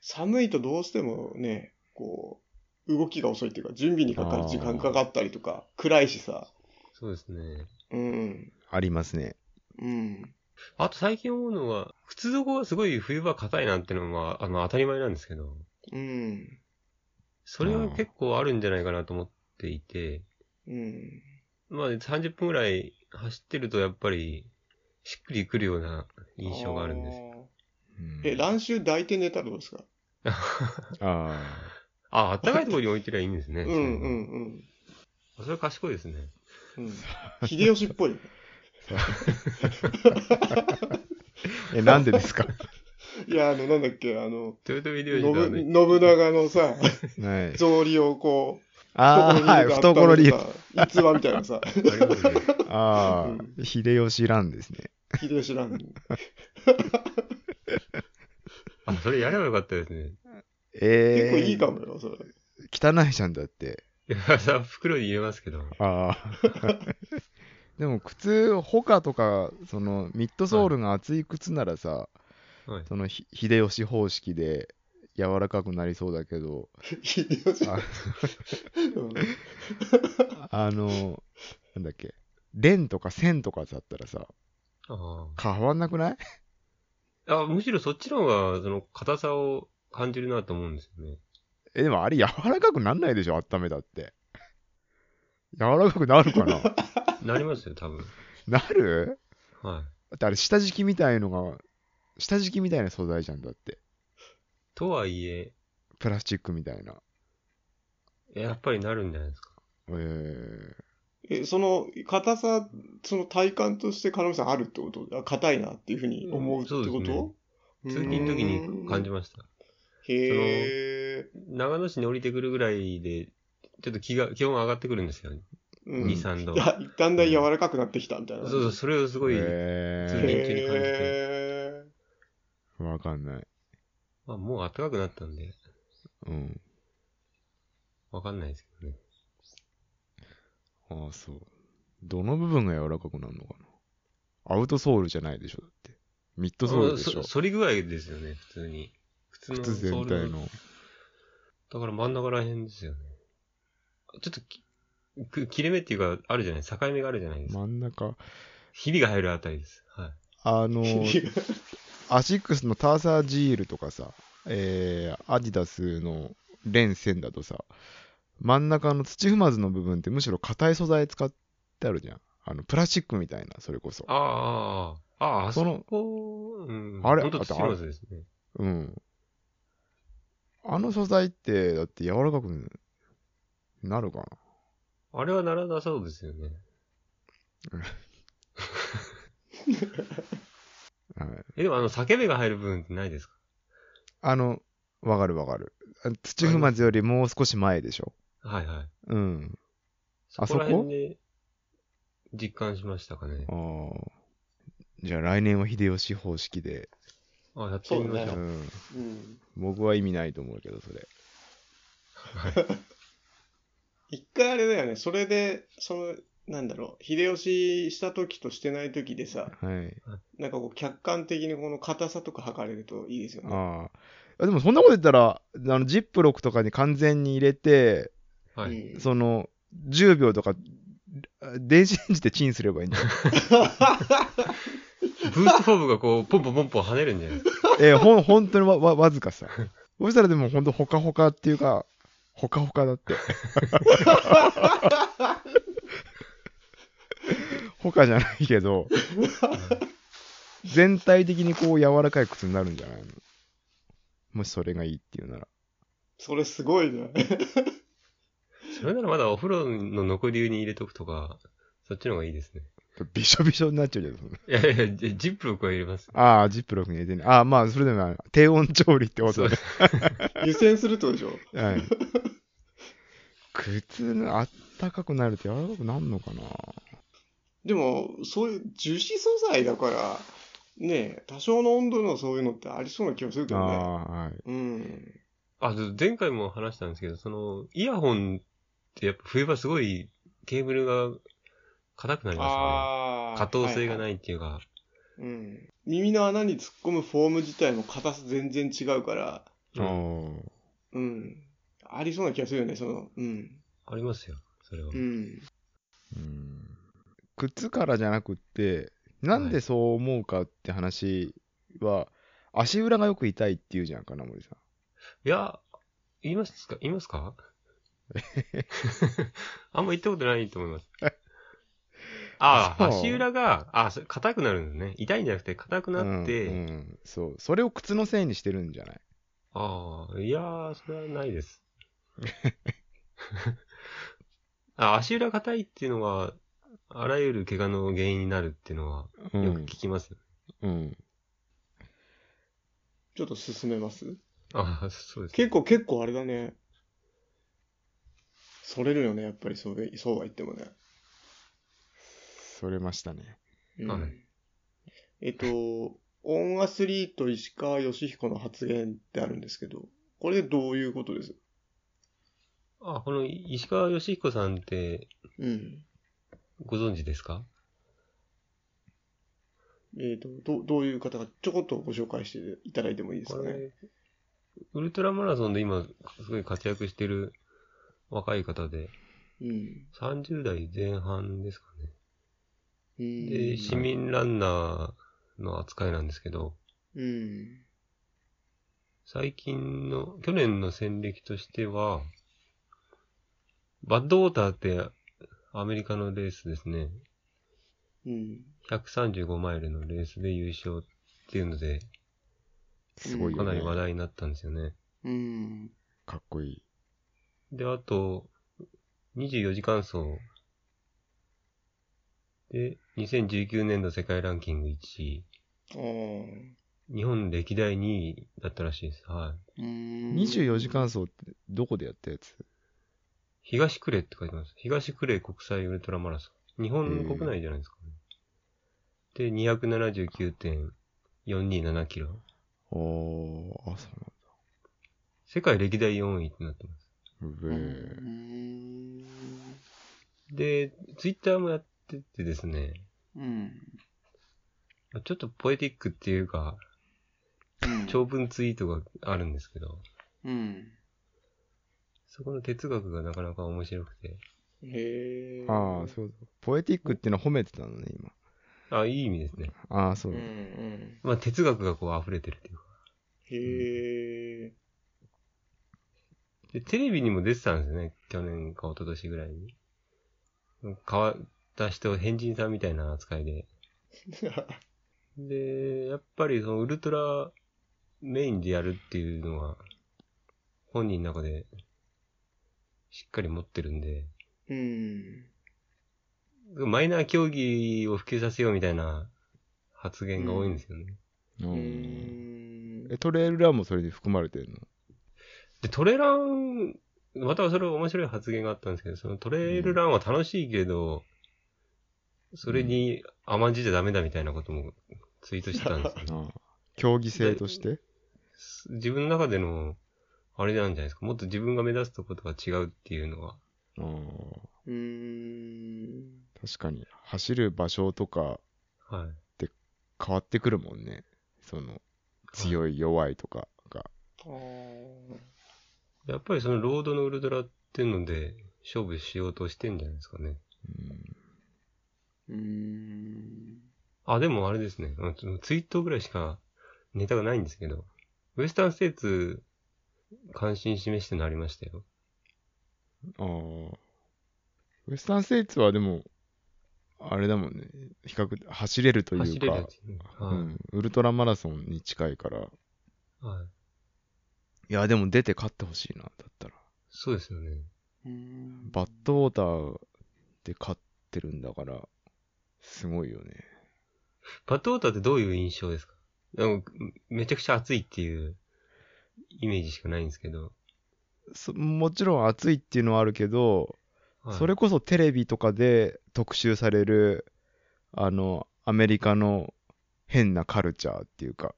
Speaker 1: 寒いとどうしてもね、こう、動きが遅いっていうか、準備にかかる時間かかったりとか、暗いしさ。
Speaker 2: そうですね。
Speaker 1: うん。
Speaker 3: ありますね。
Speaker 1: うん。
Speaker 2: あと最近思うのは、靴底がすごい冬場硬いなってのは、あの、当たり前なんですけど、
Speaker 1: うん。
Speaker 2: それは結構あるんじゃないかなと思っていて、
Speaker 1: うん。
Speaker 2: まあ30分ぐらい走ってるとやっぱり、しっくりくるような印象があるんです。
Speaker 3: うん
Speaker 1: え、乱臭抱いて寝たらどうですか
Speaker 3: あ
Speaker 2: あ、あったかいところに置いてりゃいいんですね。
Speaker 1: うんうんうん
Speaker 2: それは賢いですね。
Speaker 1: うん。秀吉っぽい。
Speaker 3: あ。え、なんでで すか
Speaker 1: いや、あの、なんだっけ、あの、
Speaker 2: 豊臣秀
Speaker 1: 信
Speaker 2: 吉のあの
Speaker 1: 信長のさ、
Speaker 3: はい。
Speaker 1: 草履をこう、
Speaker 3: ああ、はい、懐理由。
Speaker 1: 由。逸話みたいなさ、
Speaker 2: ありますね。
Speaker 3: あ
Speaker 1: う
Speaker 3: あ、秀吉ランですね。
Speaker 1: 秀吉なん
Speaker 2: あ、それやればよかったですね。
Speaker 1: 結
Speaker 3: え
Speaker 1: 構
Speaker 3: え
Speaker 1: いいかもよ、それ。
Speaker 3: 汚いじゃんだって。
Speaker 2: いや、さ、袋に入れますけど。
Speaker 3: ああ。 でも靴、ホカとか、そのミッドソールが厚い靴ならさ、
Speaker 2: はい
Speaker 3: そのひ秀吉方式で柔らかくなりそうだけど、
Speaker 1: 秀 吉。
Speaker 3: あ
Speaker 1: うん
Speaker 3: あの、なんだっけ、蓮とか線とかだったらさ、
Speaker 2: あ
Speaker 3: 変わんなくない
Speaker 2: あ。あ、むしろそっちの方が、その、硬さを感じるなと思うんですよね。
Speaker 3: え、でもあれ柔らかくなんないでしょ、温めたって。柔らかくなるかな
Speaker 2: なりますよ、多分。
Speaker 3: なる
Speaker 2: はい。
Speaker 3: だってあれ下敷きみたいのが、下敷きみたいな素材じゃんだって。
Speaker 2: とはいえ、
Speaker 3: プラスチックみたいな。
Speaker 2: やっぱりなるんじゃないですか。
Speaker 3: えー、
Speaker 1: え、その、硬さ、その体感として、金森さんあるってことあ硬いなっていうふうに思うって
Speaker 2: そうですね
Speaker 1: こと
Speaker 2: 通勤の時に感じ
Speaker 1: ま
Speaker 2: ました。
Speaker 1: す。へえ。
Speaker 2: 長野市に降りてくるぐらいで、ちょっと気が、気温が上がってくるんですよ。
Speaker 1: う
Speaker 2: 2、
Speaker 1: ん
Speaker 3: 二
Speaker 2: 3度。
Speaker 1: だだんだん柔らかくなってきたみたいな。
Speaker 2: そうそう、それをすごい、
Speaker 3: え
Speaker 2: 通勤
Speaker 3: ー
Speaker 2: 中に感じて、
Speaker 1: へー
Speaker 3: わかんない。
Speaker 2: まあもう暖かくなったんで、
Speaker 3: うん。
Speaker 2: わかんないですけどね。
Speaker 3: ああ、そう。どの部分が柔らかくなるのかなアウトソールじゃないでしょ、だって。ミッドソールでしょ
Speaker 2: そ。反り具合ですよね、普通に。普通の
Speaker 3: 靴
Speaker 2: ソー
Speaker 3: 全体
Speaker 2: ル
Speaker 3: の。
Speaker 2: だから真ん中ら辺ですよね。ちょっときく切れ目っていうか、あるじゃない、境目があるじゃないですか。
Speaker 3: 真ん中。
Speaker 2: ひびが入るあたりです。はい。
Speaker 3: あ の、アシックスのターサージールとかさ、えー、アディダスのレンセンだとさ、真ん中の土踏まずの部分ってむしろ硬い素材使ってあるじゃん。あの、プラスチックみたいな、それこそ。
Speaker 2: ああ、ああ、ああ、
Speaker 3: そ
Speaker 2: そ
Speaker 3: の
Speaker 2: こ、うん。
Speaker 3: あれ
Speaker 2: ほんと土
Speaker 3: あとあれ
Speaker 2: まずですね。
Speaker 3: うん。あの素材って、だって柔らかくなるかな。
Speaker 2: あれはならなそうですよね。
Speaker 3: はい、
Speaker 2: え、でもあの、裂け目が入る部分ってないですか
Speaker 3: あの、わかるわかる。あ土踏まずよりもう少し前でしょ。
Speaker 2: はいはい。
Speaker 3: うん。
Speaker 2: そ
Speaker 3: あ
Speaker 2: こら
Speaker 3: そこ
Speaker 2: 辺で実感しましたかね
Speaker 3: あ。あ。じゃあ来年は秀吉方式で。
Speaker 2: あ、やってみまし
Speaker 3: う
Speaker 2: ょ。
Speaker 1: そう
Speaker 3: ん。
Speaker 1: うん
Speaker 3: 僕は意味ないと思うけど、それ。
Speaker 1: 一回あれだよね、それで、その、なんだろう、秀吉した時としてない時でさ、
Speaker 3: はい。
Speaker 1: なんかこう、客観的にこの硬さとか測れるといいですよね。
Speaker 3: ああ。でもそんなこと言ったら、あの、ジップロックとかに完全に入れて、
Speaker 2: は
Speaker 1: う
Speaker 2: い。
Speaker 1: ん
Speaker 3: その、10秒とか、電子レンジでチンすればいいんだよ。
Speaker 2: ブーストフォーブがこう、ポンポンポンポン跳ねるんじゃないですか。
Speaker 3: えー、ほん、本当にわ、わ、わずかさ。そしたらでもほんとほかほかっていうか、ほかほかだって。ほかじゃないけど、全体的にこう柔らかい靴になるんじゃないのもしそれがいいっていうなら。
Speaker 1: それすごいね。
Speaker 2: それならまだお風呂の残り湯に入れとくとか、そっちの方がいいですね。
Speaker 3: びしょびしょになっちゃうじゃんそんな。
Speaker 2: いやいや、ジジップロックは入れます。
Speaker 3: ああ、ジップロックに入れてね。ああ、まあ、それでもあの低温調理ってこ
Speaker 2: そう
Speaker 3: とだね。
Speaker 1: 湯煎するってことでしょ
Speaker 3: はい。靴のあったかくなると柔らかくなるのかな
Speaker 1: でも、そういう樹脂素材だから、ねえ、多少の温度のそういうのってありそうな気がするけ
Speaker 3: あ
Speaker 1: どね。
Speaker 3: あ、はい。
Speaker 1: うん。
Speaker 2: あ、そう前回も話したんですけど、その、イヤホンってやっぱ冬場すごいケーブルが硬くなりま
Speaker 1: あ
Speaker 2: す
Speaker 1: あ。
Speaker 2: よね。可動性が
Speaker 1: は
Speaker 2: ない
Speaker 1: はい
Speaker 2: っていうか、
Speaker 1: うん。耳の穴に突っ込むフォーム自体も硬さ全然違うから、
Speaker 2: うん
Speaker 3: ああ。
Speaker 1: うん。ありそうな気がするよね、その、うん。
Speaker 2: ありますよ、それは
Speaker 1: う。ん。
Speaker 3: うん靴からじゃなくって、なんでそう思うかって話は、足裏がよく痛いって言うじゃん、金森さん。
Speaker 2: いや、言いますか言いますか あんま言ったことないと思い ます。ああ、
Speaker 3: そう
Speaker 2: 足裏が、あそれ硬くなるんですね。痛いんじゃなくて硬くなって、
Speaker 3: うんうんそう。それを靴のせいにしてるんじゃない
Speaker 2: ああ、いやー、それはない です。あ足裏硬いっていうのは、あらゆる怪我の原因になるっていうのは、
Speaker 3: う
Speaker 2: よく聞
Speaker 3: ん。
Speaker 2: きます。
Speaker 3: うん。
Speaker 1: ちょっと進めます
Speaker 2: あそうです。
Speaker 1: 結構、結構あれだね。それるよね、やっぱりそうでそうは言ってもね。
Speaker 3: それましたね。
Speaker 1: うん
Speaker 2: はい
Speaker 1: えっと、オンアスリート石川義彦の発言ってあるんですけど、これでどういうことです
Speaker 2: あ、この石川義彦さんって
Speaker 1: うん。
Speaker 2: ご存知ですか
Speaker 1: えっ、と、どどういう方かちょこっとご紹介していただいてもいいです
Speaker 2: こ
Speaker 1: かね。
Speaker 2: れ、ウルトラマラソンで今、すごい活躍してる若い方で、
Speaker 1: うん。
Speaker 2: 30代前半ですかね。
Speaker 1: うん
Speaker 2: で、市民ランナーの扱いなんですけど、
Speaker 1: うん。
Speaker 2: 最近の、去年の戦歴としては、バッドウォーターってアメリカのレースですね。
Speaker 1: うん。
Speaker 2: 135マイルのレースで優勝っていうので、
Speaker 3: すごいよ、
Speaker 2: か
Speaker 3: ね。
Speaker 2: なり話題になったんですよね。
Speaker 1: うん。
Speaker 3: かっこいい。
Speaker 2: で、あと、24時間走。で、2019年度世界ランキング1位。
Speaker 1: あー
Speaker 2: 日本歴代2位だったらしいです。はい。
Speaker 1: うん。
Speaker 3: 24時間走ってどこでやったやつ
Speaker 2: 東呉って書いてます。東呉国際ウルトラマラソン。日本国内じゃないですかね。で、279.427キロ。
Speaker 3: おー、あ、そう
Speaker 2: 世界歴代4位ってなってます。
Speaker 3: なんだ。
Speaker 1: う
Speaker 3: うえ
Speaker 1: ん。
Speaker 2: で、ツイッターもやっててですね、
Speaker 1: うん。
Speaker 2: ちょっとポエティックっていうか、
Speaker 1: うん
Speaker 2: 長文ツイートがあるんですけど、
Speaker 1: うん。
Speaker 2: そこの哲学がなかなか面白くて、
Speaker 1: へえ。
Speaker 3: ああ、そうだ。ポエティックっていうのは褒めてたのね、今。
Speaker 2: あ、いい意味ですね。
Speaker 3: ああ、そうう、
Speaker 1: んうん。
Speaker 2: まあ哲学がこう溢れてるっていうか。
Speaker 1: へえ。
Speaker 2: で、テレビにも出てたんですよね、去年か一昨年ぐらいに。変わった人、変人さんみたいな扱いで。で、やっぱりそのウルトラメインでやるっていうのは、本人の中でしっかり持ってるんで、
Speaker 1: うん。
Speaker 2: マイナー競技を普及させようみたいな発言が多いんですよね。
Speaker 3: う。
Speaker 1: うんん
Speaker 3: え、トレイルランもそれに含まれてるの
Speaker 2: で、トレラン、またそれ面白い発言があったんですけど、そのトレイルランは楽しいけど、それに甘んじちゃダメだみたいなこともツイートしてたんですよ。
Speaker 3: ああ競技性として
Speaker 2: 自分の中での、あれなんじゃないですか。もっと自分が目指すとことが違うっていうのは。
Speaker 3: ああ。
Speaker 1: うん。
Speaker 3: 確かに。走る場所とか
Speaker 2: はい。
Speaker 3: 変わってくるもんね。その、強い弱いとかが。
Speaker 1: ああ。
Speaker 2: やっぱりそのロードのウルトラっていうので、勝負しようとしてんじゃないですかね。
Speaker 3: うん。
Speaker 1: うん。
Speaker 2: あ、でもあれですね。あのツイートぐらいしかネタがないんですけど、ウエスタンステーツ、関心示してのありましたよ。
Speaker 3: ああ。ウエスタンステイツはでも、あれだもんね。比較、走れるという
Speaker 2: 走れるや
Speaker 3: か、
Speaker 2: つね。
Speaker 3: う
Speaker 2: はい
Speaker 3: ん、ウルトラマラソンに近いから。い
Speaker 2: はい。
Speaker 3: や、でも出て勝ってほしいな、だったら。
Speaker 2: そうですよね。
Speaker 1: うん。
Speaker 3: バッドウォーターで勝ってるんだから、すごいよね。
Speaker 2: バッドウォーターってどういう印象ですかなんかめちゃくちゃ暑いっていうイメージしかないんですけど。
Speaker 3: そもちろん暑いっていうのはあるけど、
Speaker 2: はい
Speaker 3: それこそテレビとかで特集される、あの、アメリカの変なカルチャーっていうか、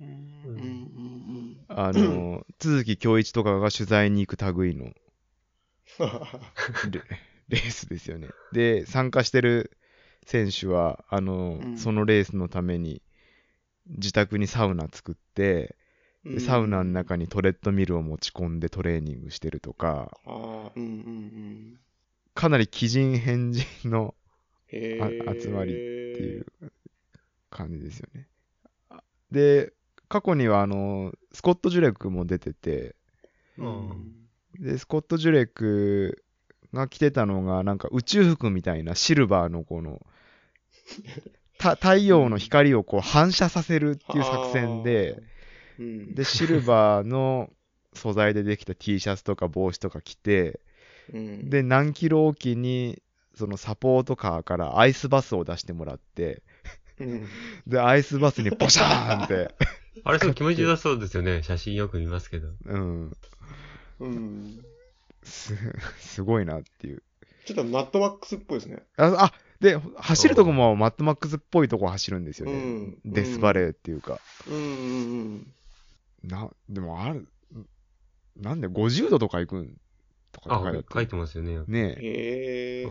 Speaker 1: うんうんうん。
Speaker 3: あの、都築恭一とかが取材に行く 類のレレースですよね。で、参加してる選手は、あの、
Speaker 1: うん
Speaker 3: そのレースのために、自宅にサウナ作って、 でサウナの中にトレッドミルを持ち込んでトレーニングしてるとか、
Speaker 1: ああ、うんうんうん。
Speaker 3: かなり奇人変人の
Speaker 1: へ
Speaker 3: あ
Speaker 1: え。
Speaker 3: 集まりってっていう。感じですよね。あで、過去にはあの、スコット・ジュレクも出てて、
Speaker 1: うん。
Speaker 3: で、スコット・ジュレクが着てたのが、なんか宇宙服みたいなシルバーの この、た太陽の光をこう反射させるっていう作戦で、
Speaker 1: うん。
Speaker 3: で、シルバーの素材でできた T シャツとか帽子とか着て、
Speaker 1: うん、
Speaker 3: で、何キロおきに、そのサポートカーからアイスバスを出してもらって、
Speaker 1: うん、
Speaker 3: で、アイスバスにボシャーンって、
Speaker 2: あれすごい気持ちよさそうですよね。写真よく見ますけど。
Speaker 3: うん、
Speaker 1: うん。
Speaker 3: す、すごいなっていう。
Speaker 1: ちょっとマットマックスっぽいですね。
Speaker 3: あ、あで、走るとこもマットマックスっぽいとこ走るんですよね。
Speaker 1: うん
Speaker 3: デスバレーっていうか。
Speaker 1: うんうん
Speaker 3: な、でもある、なんで50度とか行くんとか
Speaker 2: あ
Speaker 3: って書い、てあ
Speaker 2: 書
Speaker 3: っ
Speaker 2: いてますよね。
Speaker 3: た。
Speaker 1: うん。
Speaker 3: ねえ、
Speaker 1: へえ
Speaker 2: う。ん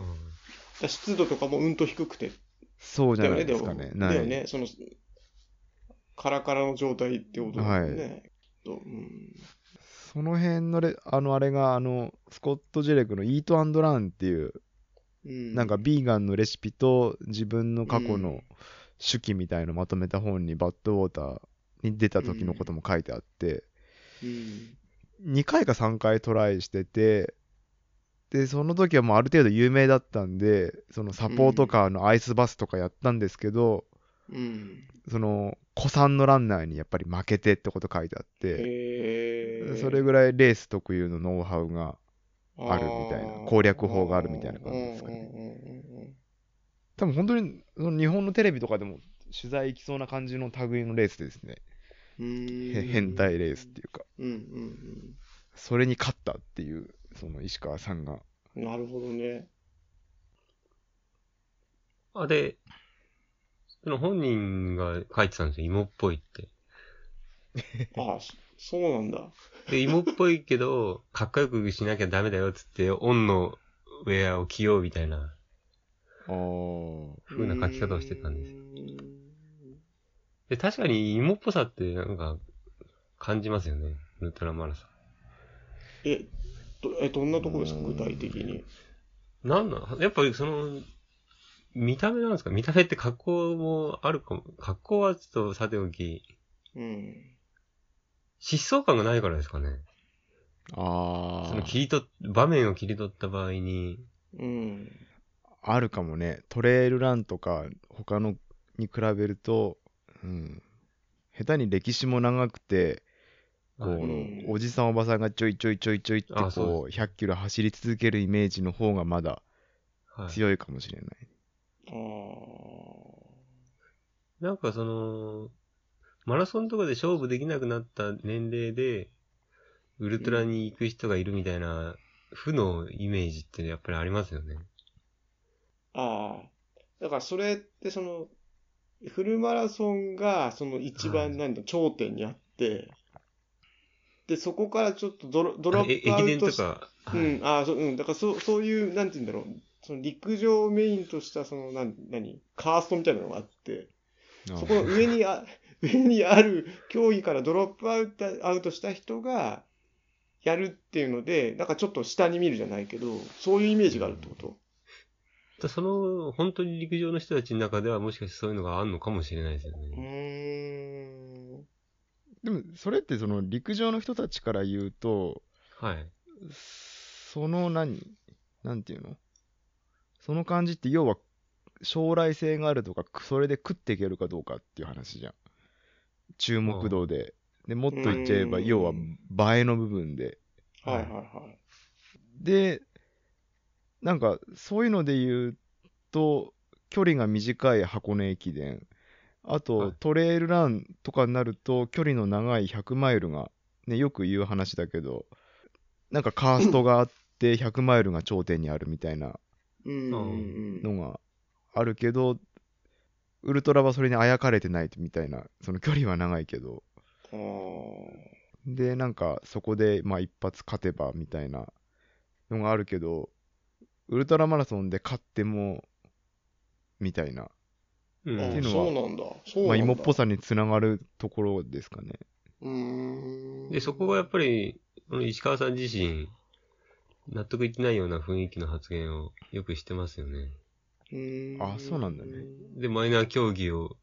Speaker 1: だ湿度とかもうんと低くて。
Speaker 3: そうじ
Speaker 1: だ
Speaker 3: ゃ
Speaker 1: よ
Speaker 3: な
Speaker 1: ね、
Speaker 3: いで
Speaker 1: です
Speaker 3: か
Speaker 1: も。
Speaker 3: ね。な
Speaker 1: だ
Speaker 3: い
Speaker 1: よね、その、カラカラの状態ってことだよね。とうん。
Speaker 3: その辺のレ、あの、あれが、あの、スコット・ジェレクのイートランっていう、
Speaker 1: うん。
Speaker 3: なんか、ビーガンのレシピと自分の過去
Speaker 1: う
Speaker 3: の
Speaker 1: ん
Speaker 3: 手記みたいのまとめた本にバッドウォーターに出た時のことも書いてあって、
Speaker 1: うん。
Speaker 3: 2回か3回トライしてて、で、その時はもうある程度有名だったんで、そのサポートカーのアイスバスとかやったんですけど、
Speaker 1: うん。
Speaker 3: その、古参のランナーにやっぱり負けてってこと書いてあって、
Speaker 1: へえ。
Speaker 3: それぐらいレース特有のノウハウが、あるみたいな攻略法があるみたいな感じですかね
Speaker 1: ね。
Speaker 3: 多分本当にその日本のテレビとかでも取材行きそうな感じの類のレースですね。
Speaker 1: うんうんうん
Speaker 3: へ変態レースっていうか、
Speaker 1: うんうん
Speaker 3: それに勝ったっていう、その石川さんが。
Speaker 1: うん。なるほどね。
Speaker 2: あ、で、その本人が書いてたんですよ。芋っぽいって。
Speaker 1: あ、そそうなんだ。
Speaker 2: で、芋っぽいけど、 かっこよくしなきゃダメだよっつって、オンのウェアを着ようみたいな
Speaker 3: あー
Speaker 2: 風な書き方をしてたんですよ。
Speaker 1: う
Speaker 2: で、確かに芋っぽさってなんか感じますよね。ウルトラマラソ
Speaker 1: ーん。え、どえどんなとこですか、
Speaker 3: うーん
Speaker 1: 具体的に。
Speaker 2: ン。なんなんやっぱりその、見た目なんですか見た目って格好もあるかも。格好はちょっとさておき、
Speaker 1: うん。
Speaker 2: 疾走感がないからですかね。
Speaker 3: あ
Speaker 2: その切
Speaker 3: ー。
Speaker 2: り取っ、場面を切り取った場合に、
Speaker 1: うん。
Speaker 3: あるかもね。トレイルランとか他のに比べると、うん。下手に歴史も長くて、こう、
Speaker 2: はい
Speaker 1: うん
Speaker 3: おじさんおばさんがちょいちょいちょいちょいって
Speaker 2: あそう
Speaker 3: こう、100キロ走り続けるイメージの方がまだ
Speaker 2: はい。
Speaker 3: 強いかもしれない。
Speaker 1: ああ。
Speaker 2: なんかその、マラソンとかで勝負できなくなった年齢で、ウルトラに行く人がいるみたいな、負のイメージってやっぱりありますよね。
Speaker 1: ああ。だからそれってその、フルマラソンがその一番なんだ、頂点にあって、で、そこからちょっとドロドロ
Speaker 2: え
Speaker 1: ップア
Speaker 2: 駅
Speaker 1: ウ
Speaker 2: 伝
Speaker 1: ト
Speaker 2: と
Speaker 1: し
Speaker 2: か、
Speaker 1: う
Speaker 2: はい
Speaker 1: ん、ああ、そう、うん、だからそう、そういう、なんて言うんだろう、その陸上をメインとした、その、なん、何、カーストみたいなのがあって、そこの上に あ、上にある競技からドロップアウト、アウトした人が、やるっていうので、なんかちょっと下に見るじゃないけど、そういうイメージがあるってこと
Speaker 2: だその、本当に陸上の人たちの中ではもしかしてそういうのがあるのかもしれないですよ
Speaker 1: う
Speaker 2: ね。
Speaker 1: ーん。
Speaker 3: でも、それってその陸上の人たちから言うと、
Speaker 2: はい。
Speaker 3: その何なんていうのその感じって要は将来性があるとか、それで食っていけるかどうかっていう話じゃん。注目度で。で、もっと言っちゃえば、
Speaker 1: うん
Speaker 3: 要は映えの部分で。
Speaker 1: はいはいはい。
Speaker 3: で、なんか、そういうので言うと、距離が短い箱根駅伝、あ
Speaker 2: は
Speaker 3: と
Speaker 2: い
Speaker 3: トレイルランとかになると、距離の長い100マイルが、ね、よく言う話だけど、なんかカーストがあ って、100マイルが頂点にあるみたいな
Speaker 1: うんうんうん。
Speaker 3: のがあるけど、ウルトラはそれにあやかれてないみたいな、その距離は長いけど、
Speaker 1: あー
Speaker 3: で、なんかそこで、まあ、一発勝てばみたいなのがあるけど、ウルトラマラソンで勝っても、みたいな。
Speaker 2: うん。
Speaker 1: あ
Speaker 3: ってい
Speaker 1: ー。
Speaker 3: うのは
Speaker 1: そうなんだ。そうなんだ。
Speaker 3: まあ、芋っぽさにつながるところですかね。
Speaker 1: うーん。
Speaker 2: で、そこがやっぱり、この石川さん自身、納得いってないような雰囲気の発言をよくしてますよね。
Speaker 1: うーん。
Speaker 3: あそうなんだね
Speaker 2: で、マイナー競技を、はい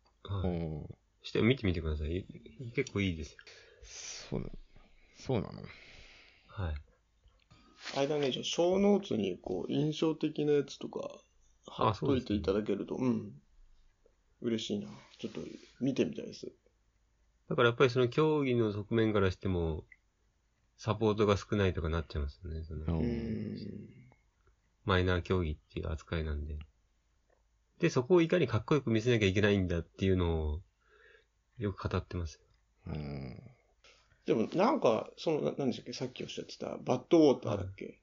Speaker 3: おー
Speaker 2: して見てみてください。結構いいですよ。
Speaker 3: そうなそうなの
Speaker 2: はい。
Speaker 1: あれだね、じゃあ、小ノーツに、こう、印象的なやつとか、貼っといていただけると、うん。嬉しいな。ちょっと、見てみたいです。
Speaker 2: だからやっぱりその競技の側面からしても、サポートが少ないとかなっちゃいますよね。その
Speaker 3: お
Speaker 1: う
Speaker 3: ー
Speaker 1: ん。
Speaker 2: マイナー競技っていう扱いなんで。で、そこをいかにかっこよく見せなきゃいけないんだっていうのを、よく語ってます。
Speaker 3: うん
Speaker 1: でも、なんか、その、な何でしたっけ、さっきおっしゃってた、バッドウォーターだっけ、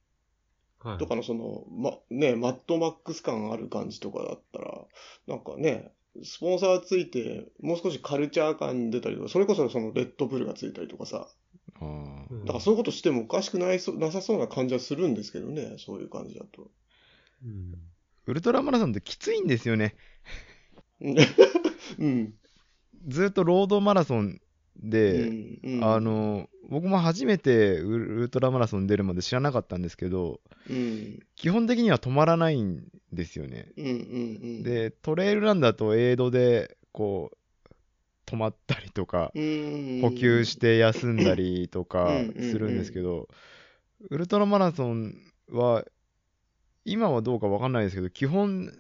Speaker 2: はい
Speaker 1: と。かの、その、ま、ね、マッドマックス感ある感じとかだったら、なんかね、スポンサーついて、もう少しカルチャー感出たりとか、それこそそのレッドブルがついたりとかさ、
Speaker 3: あー
Speaker 2: うん
Speaker 1: だからそういうことしてもおかしくないそなさそうな感じはするんですけどね、そういう感じだと。
Speaker 2: うん
Speaker 3: ウルトラマラソンってきついんですよね。
Speaker 1: うんうん。
Speaker 3: ずっとロードマラソンで、
Speaker 1: うん
Speaker 3: あ、の僕も初めてウルウルトラマラソン出るまで知らなかったんですけど、
Speaker 1: うん、
Speaker 3: 基本的には止まらないんですよね。
Speaker 1: うん、うん、うん。、
Speaker 3: で、トレイルランだとエイドで、こう、止まったりとか、
Speaker 1: うん、
Speaker 3: 補給して休んだりとか
Speaker 1: うんうんうん
Speaker 3: するんですけど、ウルトラマラソンは、今はどうかわかんないですけど、基本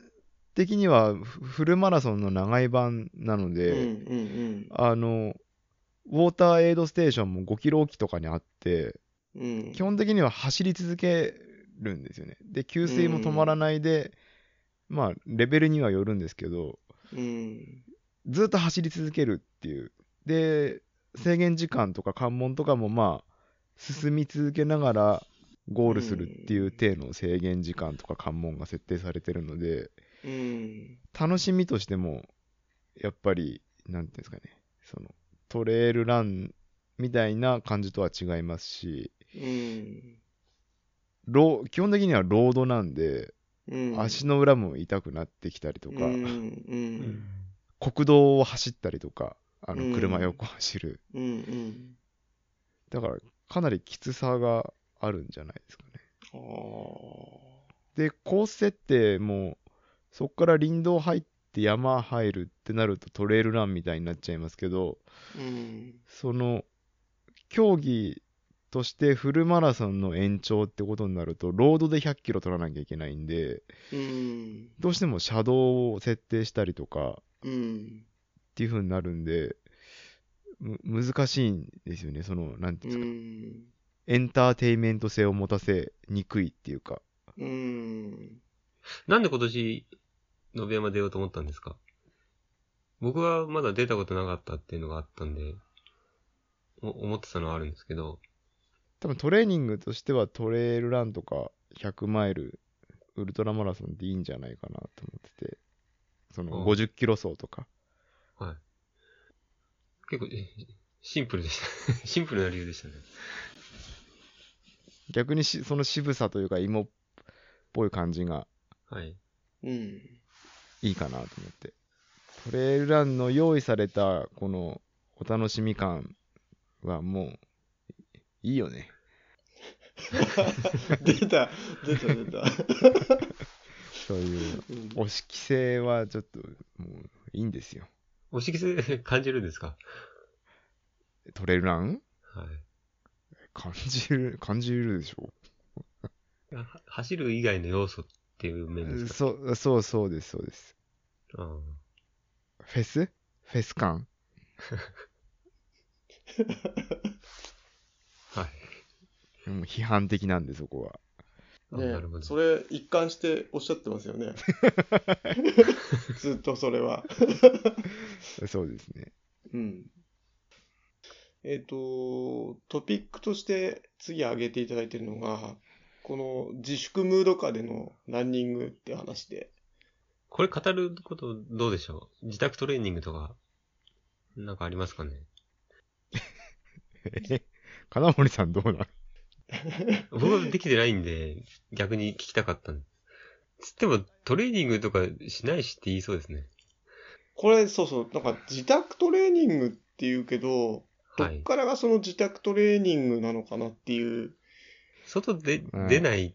Speaker 3: 的にはフフルマラソンの長い版なの
Speaker 1: うん
Speaker 3: で、
Speaker 1: うん
Speaker 3: あの、ウォーターエイドステーションも5キロ置きとかにあって、
Speaker 1: うん。うん
Speaker 3: 基本的には走り続けるんですよね。で、給水も止まらないで、まあ、レベルにはよるんですけど、
Speaker 1: うん。
Speaker 3: ずっと走り続けるっていう。で、制限時間とか関門とかもまあ、進み続けながらゴールするっていう体の制限時間とか関門が設定されてるので、
Speaker 1: うん。
Speaker 3: 楽しみとしても、やっぱり、なんていうんですかね、その、トレイルランみたいな感じとは違いますし、
Speaker 1: うん。
Speaker 3: ロー基本的にはロードなんで、
Speaker 1: うん。
Speaker 3: 足の裏も痛くなってきたりとか、
Speaker 1: うん。う。
Speaker 2: うんん
Speaker 3: 国道を走ったりとか、あ
Speaker 1: うん
Speaker 3: の、車横走る。
Speaker 1: うん。うん。
Speaker 3: だから、かなりきつさがあるんじゃないですかね。
Speaker 1: ああ。
Speaker 3: で、コース設定も、そっから林道入って山入るってなるとトレイルランみたいになっちゃいますけど、
Speaker 1: うん。
Speaker 3: その、競技としてフルマラソンの延長ってことになると、ロードで100キロ取らなきゃいけないんで、
Speaker 1: うん。
Speaker 3: どうしても車道を設定したりとか
Speaker 1: うん。
Speaker 3: っていう風になるんで、む難しいんですよね。その、なんていううんですか、
Speaker 1: ん。
Speaker 3: エンターテインメント性を持たせにくいっていうか、
Speaker 1: うん。
Speaker 2: なんで今年、延山出ようと思ったんですか僕はまだ出たことなかったっていうのがあったんで、お思ってたのはあるんですけど、
Speaker 3: 多分トレーニングとしてはトレイルランとか100マイル、ウルトラマラソンでいいんじゃないかなと思ってて、その
Speaker 2: うん
Speaker 3: 50キロ走とか。
Speaker 2: 結構、 えシンプルでした。 シンプルな理由でしたね。
Speaker 3: 逆にしその渋さというか芋っぽい感じが
Speaker 2: はい。
Speaker 1: うん。
Speaker 3: いいかなと思ってトレイルランの用意されたこのお楽しみ感はもういいよね
Speaker 1: 出た、出た、出た。
Speaker 3: そういう
Speaker 1: うん
Speaker 3: 押し規制はちょっともういいんですよ
Speaker 2: おしきせ感じるんです か
Speaker 3: トレイルラン
Speaker 2: はい。
Speaker 3: 感じる感じるでしょ
Speaker 2: は走る以外の要素っていう面ですか
Speaker 3: そうそうそうですそうです
Speaker 2: ああ
Speaker 3: フェスフェス感
Speaker 2: はい。
Speaker 3: もう批判的なんでそこは
Speaker 2: あ
Speaker 1: ね
Speaker 2: なるほど。
Speaker 1: それ一貫しておっしゃってますよね。ずっとそれは。
Speaker 3: そうですね
Speaker 1: うん。えっ、と、トピックとして次挙げていただいてるのが、この自粛ムード下でのランニングって話で。
Speaker 2: これ語ることどうでしょう自宅トレーニングとか、なんかありますかね
Speaker 3: え金森さんどうなの
Speaker 2: 僕はできてないんで、逆に聞きたかったんです。つっても、トレーニングとかしないしって言いそうですね。
Speaker 1: これ、そうそう、なんか自宅トレーニングっていうけど、ど
Speaker 2: は
Speaker 1: っ
Speaker 2: い。
Speaker 1: からがその自宅トレーニングなのかなっていう。
Speaker 2: 外で
Speaker 3: うん
Speaker 2: 出ないっ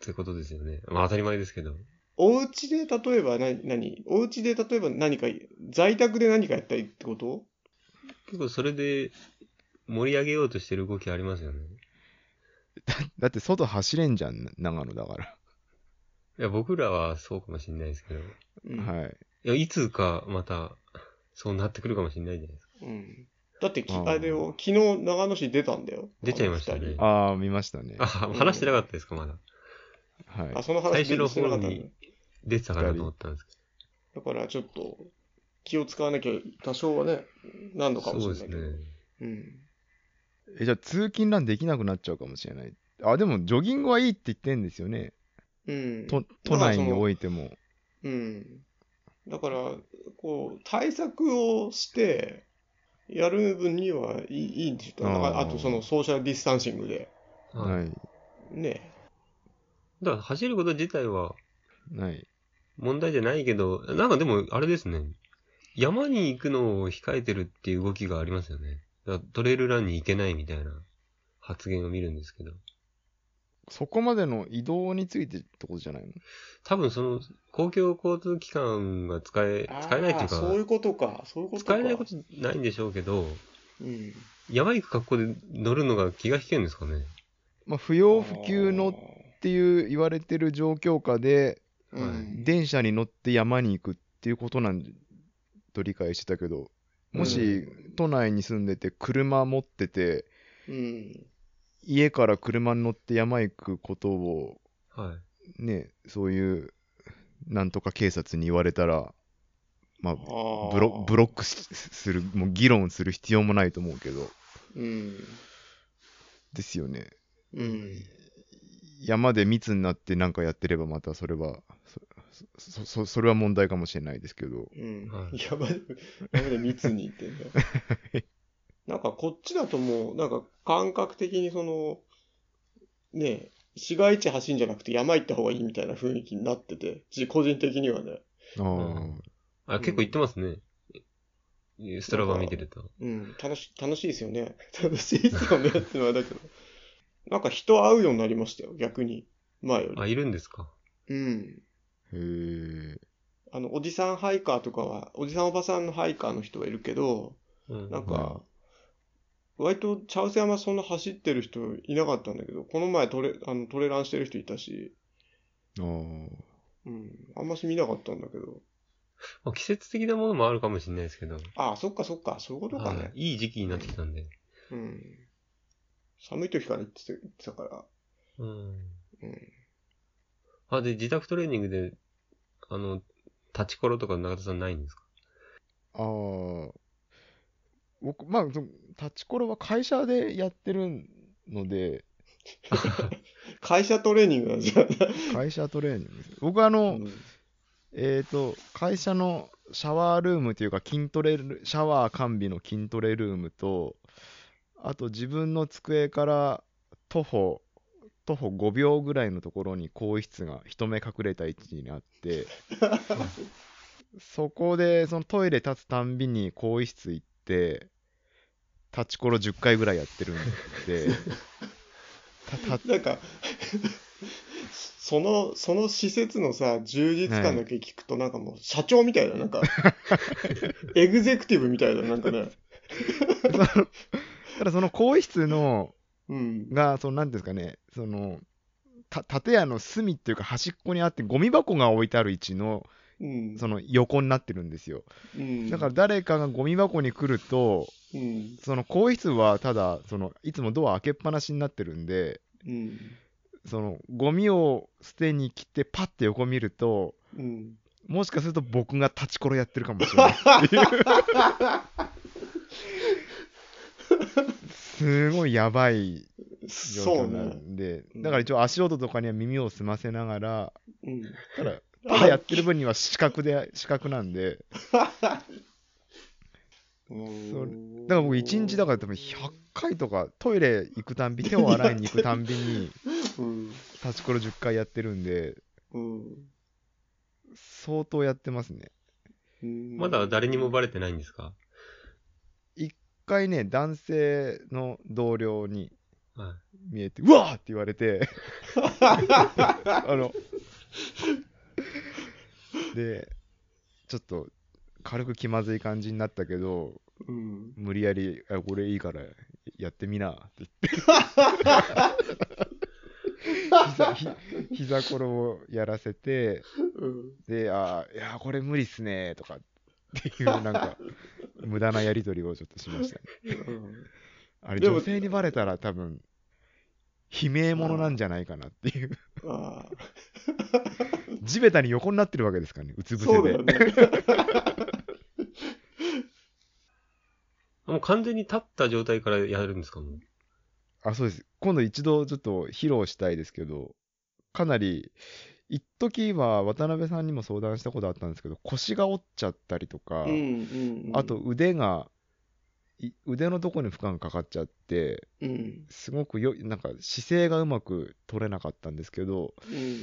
Speaker 2: てことですよね。まあ当たり前ですけど。
Speaker 1: お家で例えば何、何お家で例えば何か、在宅で何かやったりってこと
Speaker 2: 結構それで盛り上げようとしてる動きありますよね。
Speaker 3: だって外走れんじゃん長野だから、
Speaker 2: いや、僕らはそうかもしれないですけど。い
Speaker 1: うん
Speaker 3: はい
Speaker 2: や、いつかまた、そうなってくるかもしれないじゃないですか。
Speaker 1: うんだってき、
Speaker 3: あー
Speaker 1: あれを、昨日長野市出たんだよ。
Speaker 2: 出ちゃいました
Speaker 1: あ
Speaker 2: ね
Speaker 1: の二人
Speaker 3: ああ、見ましたね。
Speaker 2: あ、
Speaker 3: は
Speaker 2: 話してなかったですか、まだ。
Speaker 3: い。
Speaker 1: あ、その話
Speaker 2: 最初の
Speaker 1: してなかった
Speaker 2: 方
Speaker 1: ん
Speaker 2: に出てたかなと思ったんですけ
Speaker 1: だ。だからちょっと、気を使わなきゃ、多少はね、なんの
Speaker 2: ど。
Speaker 1: かもし
Speaker 2: そう
Speaker 1: れな
Speaker 2: です
Speaker 1: いけど。
Speaker 2: ね。
Speaker 1: うん。
Speaker 3: えじゃあ通勤ランできなくなっちゃうかもしれない。あ、でもジョギングはいいって言ってんですよね。
Speaker 1: うん。
Speaker 3: と
Speaker 1: だ
Speaker 3: 都
Speaker 1: から
Speaker 3: 内
Speaker 1: その
Speaker 3: においても。
Speaker 1: うん。だから、こう、対策をして、やる分にはいいいいんでしょ。だから
Speaker 3: あ
Speaker 1: あ
Speaker 3: ー
Speaker 1: と、その、ソーシャルディスタンシングで。
Speaker 2: はい。
Speaker 3: ない、
Speaker 1: ね。
Speaker 2: だから走ること自体は
Speaker 3: ない。
Speaker 2: 問題じゃないけど、なんかでも、あれですね。山に行くのを控えてるっていう動きがありますよね。だからトレイルランに行けないみたいな発言を見るんですけど。
Speaker 3: そこまでの移動についてってことじゃないの
Speaker 2: 多分その公共交通機関が使え、使えないっていう
Speaker 1: あーそうい
Speaker 2: か、
Speaker 1: うことか。そういうことか。
Speaker 2: 使えないことないんでしょうけど、
Speaker 1: うん。
Speaker 2: 山行く格好で乗るのが気が引けるんですかね。
Speaker 3: まあ、不要不急のっていう言われてる状況下で、
Speaker 1: う
Speaker 2: は
Speaker 1: ん。
Speaker 3: 電車に乗って山に行くっていうことなんと理解してたけど、もし都内に住んでて車持ってて、
Speaker 1: うん。
Speaker 3: 家から車に乗って山行くことを、
Speaker 2: はい。
Speaker 3: ね、そういう、なんとか警察に言われたら、まあ、
Speaker 1: ああ。
Speaker 3: ブロブロックしする、もう議論する必要もないと思うけど、
Speaker 1: うん。
Speaker 3: ですよね。
Speaker 1: うん。
Speaker 3: 山で密になってなんかやってればまたそれは、そ、そ、そそれは問題かもしれないですけど。
Speaker 1: うん
Speaker 2: は。い
Speaker 1: やばい。やばい、密に行ってんだ。 なんかこっちだともう、なんか感覚的にその、ねえ、市街地走んじゃなくて山行った方がいいみたいな雰囲気になってて、じ個人的にはね。
Speaker 3: ああ
Speaker 2: んあ、結構行ってますね。ストラバ見てると。
Speaker 1: うん、楽し、楽しいですよね。 楽しいですよねっていうのはだけど。なんか人会うようになりましたよ、逆に。前より。
Speaker 2: あ、いるんですか。
Speaker 1: うん。
Speaker 3: へえ。
Speaker 1: あの、おじさんハイカーとかは、おじさんおばさんのハイカーの人はいるけど、
Speaker 2: うん。
Speaker 1: なん
Speaker 3: は
Speaker 1: か、割と茶臼山そんな走ってる人いなかったんだけど、この前トレあのトレランしてる人いたし、
Speaker 3: ああ。
Speaker 1: うん、あんまし見なかったんだけど。
Speaker 2: まあ季節的なものもあるかもしれないですけど。
Speaker 1: ああ、そっかそっか、そういうことか
Speaker 2: は
Speaker 1: ね。
Speaker 2: いいい時期になってきたんで。
Speaker 1: うん。寒い時から行ってた行ってたから。
Speaker 2: うん。
Speaker 1: うん
Speaker 2: あ、で、自宅トレーニングで、あの、立ちころとか中田さんないんですか
Speaker 3: ああ。僕、まあ、その立ちころは会社でやってるので、
Speaker 1: 会社トレーニングなんじゃん。
Speaker 3: 会社トレーニングです。僕はあの、
Speaker 1: うん
Speaker 3: えー、と会社のシャワールームというか筋トレルシャワー完備の筋トレルームとあと自分の机から徒歩徒歩5秒ぐらいのところに更衣室が人目隠れた位置にあってそこでそのトイレ立つたんびに更衣室行って立ちころ10回ぐらいやってるんでたた
Speaker 1: なんか、 その、その施設のさ、充実感だけ聞くと、なんかもう、社長みたいな、なんか、エグゼクティブみたいな、なんかね。
Speaker 3: ただその更衣室の
Speaker 1: うん。
Speaker 3: が、その、なんていうんですかね、その、た、建屋の隅っていうか端っこにあって、ゴミ箱が置いてある位置の、
Speaker 1: うん。
Speaker 3: その横になってるんですよ。
Speaker 1: うん。
Speaker 3: だから誰かがゴミ箱に来ると、
Speaker 1: うん。
Speaker 3: その更衣室はただ、その、いつもドア開けっぱなしになってるんで、
Speaker 1: うん。
Speaker 3: その、ゴミを捨てに来て、パッて横見ると、
Speaker 1: うん。
Speaker 3: もしかすると僕が立ちころやってるかもしれない。 すごいやばい状
Speaker 1: そ
Speaker 3: 況
Speaker 1: う
Speaker 3: な
Speaker 1: ね。
Speaker 3: んで、
Speaker 1: うん
Speaker 3: だから一応足音とかには耳を澄ませながら、
Speaker 1: うん。
Speaker 3: ただ、ただやってる分には視覚で、視覚なんで、だから僕一日だから多分100回とか、トイレ行くたんび、手を洗いに行くたん びに、
Speaker 1: うん。
Speaker 3: 立ちころ10回やってるんで、
Speaker 1: うん。
Speaker 3: 相当やってますね。
Speaker 1: うん
Speaker 2: まだ誰にもバレてないんですか
Speaker 3: 一回ね、男性の同僚に
Speaker 2: はい。
Speaker 3: 見えて、うわーって言わ れて、あの、で、ちょっと、軽く気まずい感じになったけど、
Speaker 1: うん。
Speaker 3: 無理やり、あこれいいからやってみなって言って。膝ひ膝ころをやらせて、
Speaker 1: うん。
Speaker 3: で、あいや、これ無理っすねとかっていう、なんか、無駄なやり取りをちょっとしましたね。
Speaker 1: うん
Speaker 3: あれ、
Speaker 1: でも
Speaker 3: 女性にバレたら多分、悲鳴者なんじゃないかなっていう。
Speaker 1: ああ。
Speaker 3: 地べたに横になってるわけですからね、うつ伏
Speaker 1: そ
Speaker 3: せ
Speaker 1: うだよ。
Speaker 3: で
Speaker 1: ね。
Speaker 2: もう完全に立った状態からやるんですかもう。
Speaker 3: あ、そうです。今度一度ちょっと披露したいですけど、かなり、一時は渡辺さんにも相談したことあったんですけど、腰が折っちゃったりとか、
Speaker 1: うんうんうん。
Speaker 3: あと、腕が、い腕のとこに負荷がかかっちゃって、
Speaker 1: うん。
Speaker 3: すごくよ、なんか姿勢がうまく取れなかったんですけど、
Speaker 1: うん。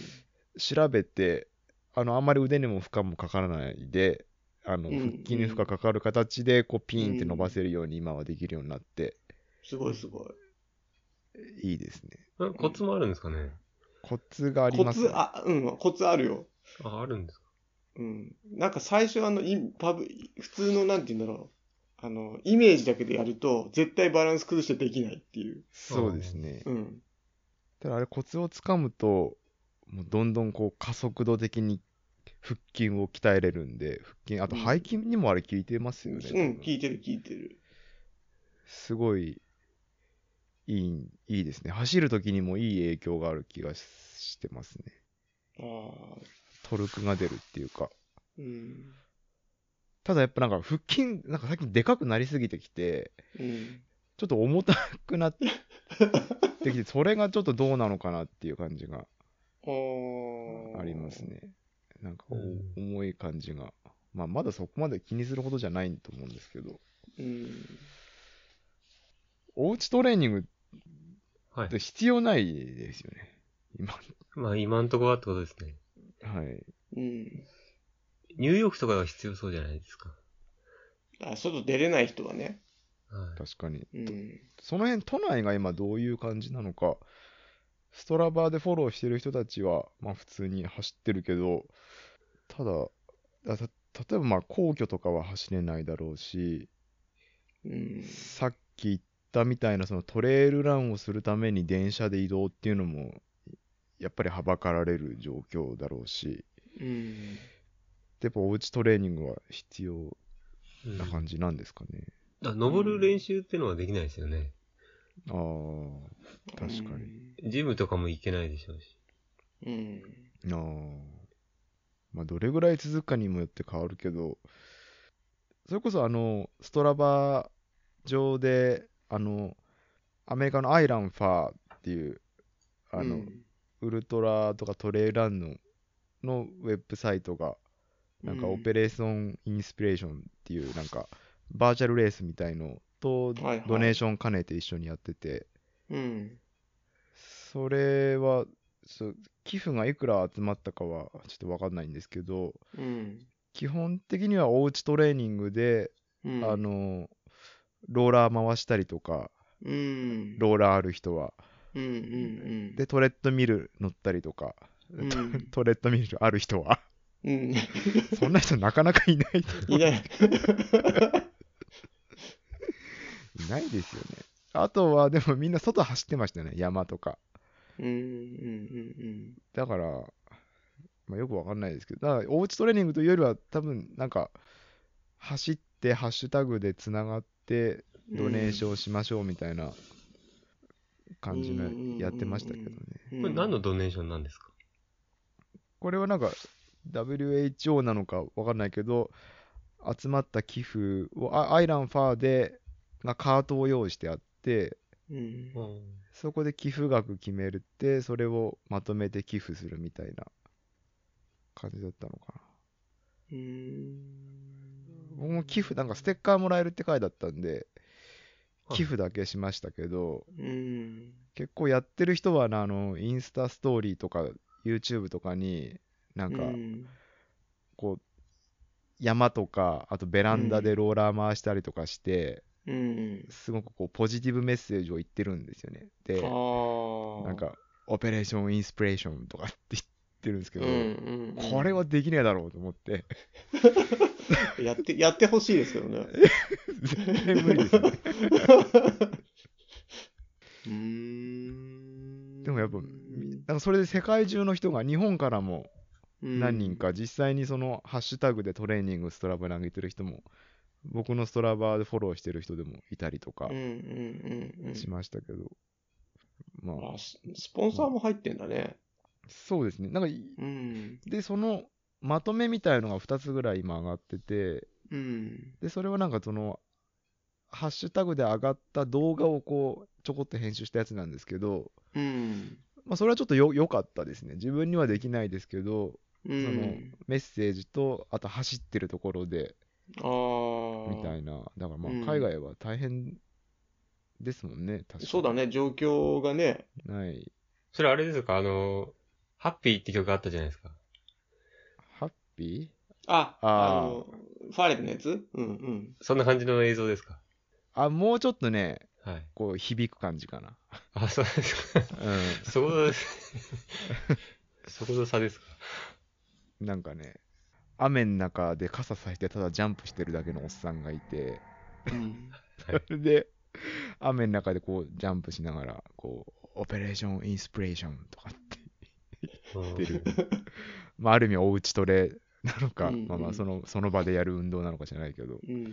Speaker 3: 調べて、あの、あんまり腕にも負荷もかからないで、あの、
Speaker 1: うん
Speaker 3: 腹筋に負荷かかる形で、こう、ピーンって伸ばせるように今はできるようになって、
Speaker 1: すごいすごい。
Speaker 3: いいですね。
Speaker 2: えコツもあるんですかね
Speaker 3: コツがあり
Speaker 1: コ
Speaker 3: ます
Speaker 1: ツ、あ、うん、コツあるよ。
Speaker 2: あ、あるんですか
Speaker 1: うん。なんか最初あの、インパブ、普通のなんて言うんだろう。あの、イメージだけでやると、絶対バランス崩してできないっていう。
Speaker 3: そうですね。
Speaker 1: うん。
Speaker 3: ただあれコツをつかむと、もうどんどんこう加速度的に腹筋を鍛えれるんで、腹筋、あと
Speaker 1: うん
Speaker 3: 背筋にもあれ効いてますよね。
Speaker 1: うん、
Speaker 3: 多分
Speaker 1: 聞いてる聞いてる。
Speaker 3: すごいいい、いいですね。走るときにもいい影響がある気がしてますね。
Speaker 1: ああ、
Speaker 3: トルクが出るっていうか。
Speaker 1: うん。
Speaker 3: ただやっぱなんか腹筋、なんか最近でかくなりすぎてきて、
Speaker 1: うん。
Speaker 3: ちょっと重たくなってきて、それがちょっとどうなのかなっていう感じが
Speaker 1: あ
Speaker 3: あります。ね。なんかお
Speaker 2: うん
Speaker 3: 重い感じが。まあまだそこまで気にするほどじゃないと思うんですけど、
Speaker 1: うん。
Speaker 3: おうちトレーニング
Speaker 2: は
Speaker 3: っ
Speaker 2: い
Speaker 3: て。必要ないですよね。今。
Speaker 2: まあ今んとこはってことですね。
Speaker 3: はい。
Speaker 1: うん。
Speaker 2: ニューヨークとかが必要そうじゃないですか。
Speaker 1: あ、外出れない人はね。
Speaker 2: はい。
Speaker 3: 確かに。
Speaker 1: うん。
Speaker 3: その辺、都内が今どういう感じなのか、ストラバーでフォローしてる人たちは、まあ普通に走ってるけど、ただ、あた例えばまあ皇居とかは走れないだろうし、
Speaker 1: うん。
Speaker 3: さっき言ったみたいなそのトレイルランをするために電車で移動っていうのも、やっぱりはばかられる状況だろうし、
Speaker 1: うん。
Speaker 3: でやっぱおうちトレーニングは必要
Speaker 2: うん
Speaker 3: な感じなんですかね。
Speaker 2: だ登る練習っていうのはできないですよね。
Speaker 3: ああ、確かに。
Speaker 2: ジムとかも行けないでしょうし。
Speaker 1: うん。
Speaker 3: ああ。まあ、どれぐらい続くかにもよって変わるけど、それこそあの、ストラバ上で、あの、アメリカのアイランファーっていう、あの、
Speaker 1: うん
Speaker 3: ウルトラとかトレイルランののウェブサイトが、なんか
Speaker 1: うん
Speaker 3: オペレーションインスピレーションっていう、なんかバーチャルレースみたいのと、
Speaker 1: はいはい
Speaker 3: ドネーション兼ねて一緒にやってて、
Speaker 1: うん。
Speaker 3: それは、そう寄付がいくら集まったかはちょっと分かんないんですけど、
Speaker 1: うん。
Speaker 3: 基本的にはおうちトレーニングで、
Speaker 1: うん。
Speaker 3: あ、の、ローラー回したりとか、
Speaker 1: うん。
Speaker 3: ローラーある人は。
Speaker 1: うんうんうん。
Speaker 3: で、トレッドミル乗ったりとか、
Speaker 1: うん
Speaker 3: トレッドミルある人は。
Speaker 1: うん。
Speaker 3: そんな人なかなかいない。
Speaker 1: いない。
Speaker 3: いないですよね。あとは、でもみんな外走ってましたね、山とか。
Speaker 1: うんうん
Speaker 3: だから、まあ、よくわかんないですけど、だからおうちトレーニングというよりは、多分なんか、走って、ハッシュタグでつながって、
Speaker 1: うん。
Speaker 3: ドネーショ
Speaker 1: ン。
Speaker 3: ンしましょうみたいな感じ
Speaker 1: うんうんうんうんう
Speaker 3: の
Speaker 1: ん
Speaker 3: やってましたけどね。
Speaker 2: これ何のドネーションなんですか
Speaker 3: これはなんか、WHO なのかわかんないけど、集まった寄付を、あアイランファーで、がカートを用意してあって、
Speaker 1: うん。
Speaker 3: そこで寄付額決めるって、それをまとめて寄付するみたいな感じだったのかな。
Speaker 1: うん。
Speaker 3: 僕も寄付、なんかステッカーもらえるって回だったんで、
Speaker 2: はい
Speaker 3: 寄付だけしましたけど、
Speaker 1: うん。
Speaker 3: 結構やってる人はな、あの、インスタストーリーとか、YouTube とかに、な
Speaker 1: なん
Speaker 3: か、こう、山とか、あとベランダでローラー回したりとかして、
Speaker 1: うん。
Speaker 3: すごくこう、ポジティブメッセージを言ってるんですよね。で、
Speaker 1: ああ。
Speaker 3: なん、か、オペレーションインスピレーションとかって言ってるんですけ
Speaker 1: うん
Speaker 3: ど、
Speaker 1: うんうん。
Speaker 3: これはできねえだろうと思 って、
Speaker 1: やって、やってほしいですけ どね。
Speaker 3: 絶対無理ですね。
Speaker 1: うーん。
Speaker 3: でもやっぱ、なんかそれで世界中の人が日本からも何人か実際にそのハッシュタグでトレーニングストラバに上げてる人も僕のストラバでフォローしてる人でもいたりとか
Speaker 1: うんうんうんうん。
Speaker 3: しましたけど、まあ
Speaker 1: あススポンサーも入ってんだね。
Speaker 3: そうですねなんかい
Speaker 1: うん。
Speaker 3: でそのまとめみたいのが2つぐらい今上がってて
Speaker 1: うん。
Speaker 3: でそれはなんかそのハッシュタグで上がった動画をこうちょこっと編集したやつなんですけど、
Speaker 1: うん。
Speaker 3: まあ、それはちょっとよ良かったですね自分にはできないですけど
Speaker 1: う
Speaker 3: その
Speaker 1: ん。
Speaker 3: メッセージとあと走ってるところで
Speaker 1: ああ。
Speaker 3: みたいな。だからま
Speaker 1: うん
Speaker 3: あ、海外は大変ですもんね、確かに。
Speaker 1: そうだね、状況がね。
Speaker 3: ない。
Speaker 2: それあれですかあの、ハッピーって曲あったじゃないですか。
Speaker 3: ハッピ
Speaker 1: あ、
Speaker 3: あー
Speaker 1: あの、ファーレルのやつうん
Speaker 2: そんな感じの映像ですか
Speaker 3: ーあ、もうちょっとね、
Speaker 2: はい。
Speaker 3: こう、響く感じかな。
Speaker 2: あ、そう ですか。
Speaker 3: う
Speaker 2: そこの、そこの差ですか。
Speaker 3: ん。 なんかね、雨の中で傘さしてただジャンプしてるだけのおっさんがいて、
Speaker 1: うん。うん。
Speaker 3: それで、雨の中でこう、ジャンプしながら、こう、オペレーションインスピレーションとかって
Speaker 2: うん
Speaker 3: 言ってる。まあ、ある意味、おうちトレなのか、
Speaker 1: うんうん
Speaker 3: まあまあその、その場でやる運動なのかじゃないけど、
Speaker 1: うん。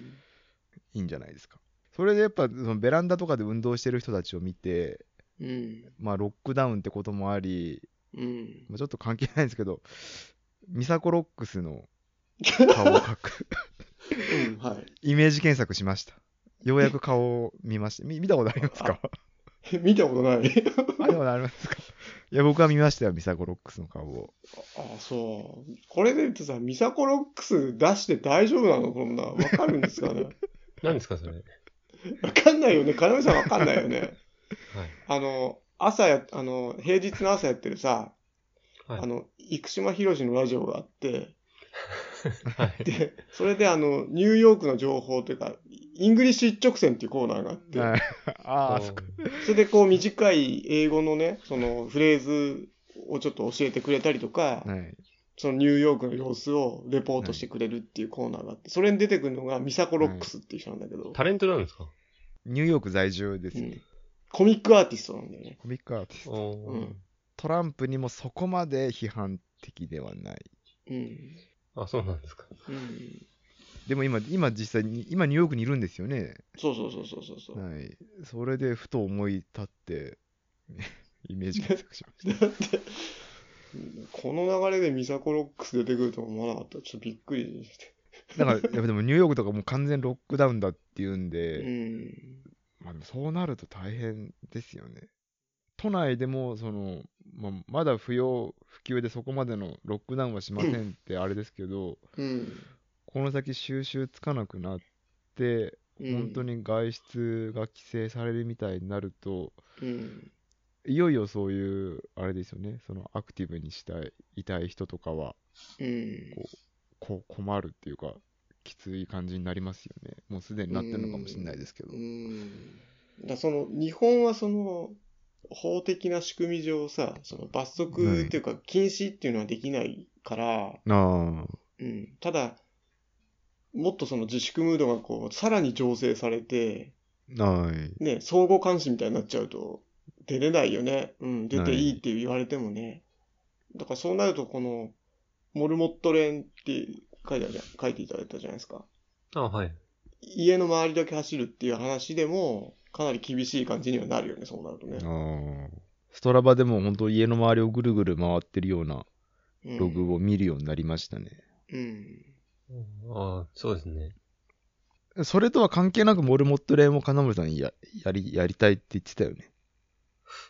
Speaker 3: いいんじゃないですか。それでやっぱ、そのベランダとかで運動してる人たちを見て、
Speaker 1: うん。
Speaker 3: まあ、ロックダウンってこともあり、
Speaker 1: うん。
Speaker 3: まあ、ちょっと関係ないですけど、ミサコロックスの顔を 描く、
Speaker 1: うん、はい。
Speaker 3: イメージ検索しました。ようやく顔を見ました。み見たことあ りますか
Speaker 1: 見たことない。
Speaker 3: あれはありますかいや、僕は見ましたよ、ミサゴロックスの顔を。
Speaker 1: あ、そう。これで言うとさ、ミサコロックス出して大丈夫なのこんな。わかるんですかね
Speaker 2: 何ですか、それ。はい。
Speaker 1: わかんないよね。金森さんわかんないよね。あの、朝や、あの、平日の朝やってるさ、
Speaker 2: はい
Speaker 1: あの、生島博士のラジオがあって、
Speaker 2: はい。
Speaker 1: で、それであの、ニューヨークの情報というか、イングリッシュ一直線っていうコーナーがあって、
Speaker 3: はいああ、そっか。
Speaker 2: う
Speaker 1: それでこう短い英語のね、そのフレーズをちょっと教えてくれたりとか、
Speaker 3: はい。
Speaker 1: そのニューヨークの様子をレポートしてくれるっていうコーナーがあって、それに出てくるのがミサコロックスっていう人なんだけど
Speaker 2: ん、タレントなんですか
Speaker 3: ニューヨーク在住ですね。
Speaker 1: うんコミックアーティストなんだよね。
Speaker 3: コミックアーティスト。
Speaker 2: お
Speaker 1: う
Speaker 2: ー
Speaker 1: ん
Speaker 3: トランプにもそこまで批判的ではない。
Speaker 1: うん。
Speaker 2: あ、そうなんですか。
Speaker 1: うん。
Speaker 3: でも今、今実際に、今ニューヨークにいるんですよね。
Speaker 1: そうそうそうそうそうそう。
Speaker 3: はい。それでふと思い立って、 イメージ検索しました。
Speaker 1: この流れでミサコロックス出てくると思わなかった。ちょっとびっくりして。
Speaker 3: だから、やっぱでもニューヨークとかもう完全ロックダウンだっていうんで、
Speaker 1: うん。
Speaker 3: まあでもそうなると大変ですよね。都内でも、その、まあ、まだ不要不急でそこまでのロックダウンはしませんってあれですけど、
Speaker 1: うん。
Speaker 3: この先収集つかなくなって、
Speaker 1: うん
Speaker 3: 本当。に外出が規制されるみたいになると、
Speaker 1: うん。
Speaker 3: いよいよそういう、あれですよね、そのアクティブにしたい、いたい人とかは、
Speaker 1: うん。
Speaker 3: こう、困るっていうか、きつい感じになりますよね。もうすでになってるのかもしれないですけど
Speaker 1: う。ん。だその、日本はその、法的な仕組み上さ、その罰則っていうか禁止っていうのはできないから、
Speaker 3: あ
Speaker 1: うん。ただ、もっとその自粛ムードがこう、さらに醸成されて、
Speaker 3: あ、はい。
Speaker 1: ね、相互監視みたいになっちゃうと、出れないよね。うん、出てい
Speaker 3: ない
Speaker 1: いって言われてもね。だからそうなると、この、モルモットレーンって書いてあるじゃん書いていただいたじゃないですか。
Speaker 2: あ、はい。
Speaker 1: 家の周りだけ走るっていう話でも、かなり厳しい感じにはなるよね、そうなるとね。
Speaker 3: ああ。ストラバでも本当家の周りをぐるぐる回ってるような
Speaker 1: うん
Speaker 3: ログを見るようになりましたね。
Speaker 1: うん。
Speaker 2: ああ、そうですね。
Speaker 3: それとは関係なくモルモットレーも金森さんややりやりたいって言ってたよね。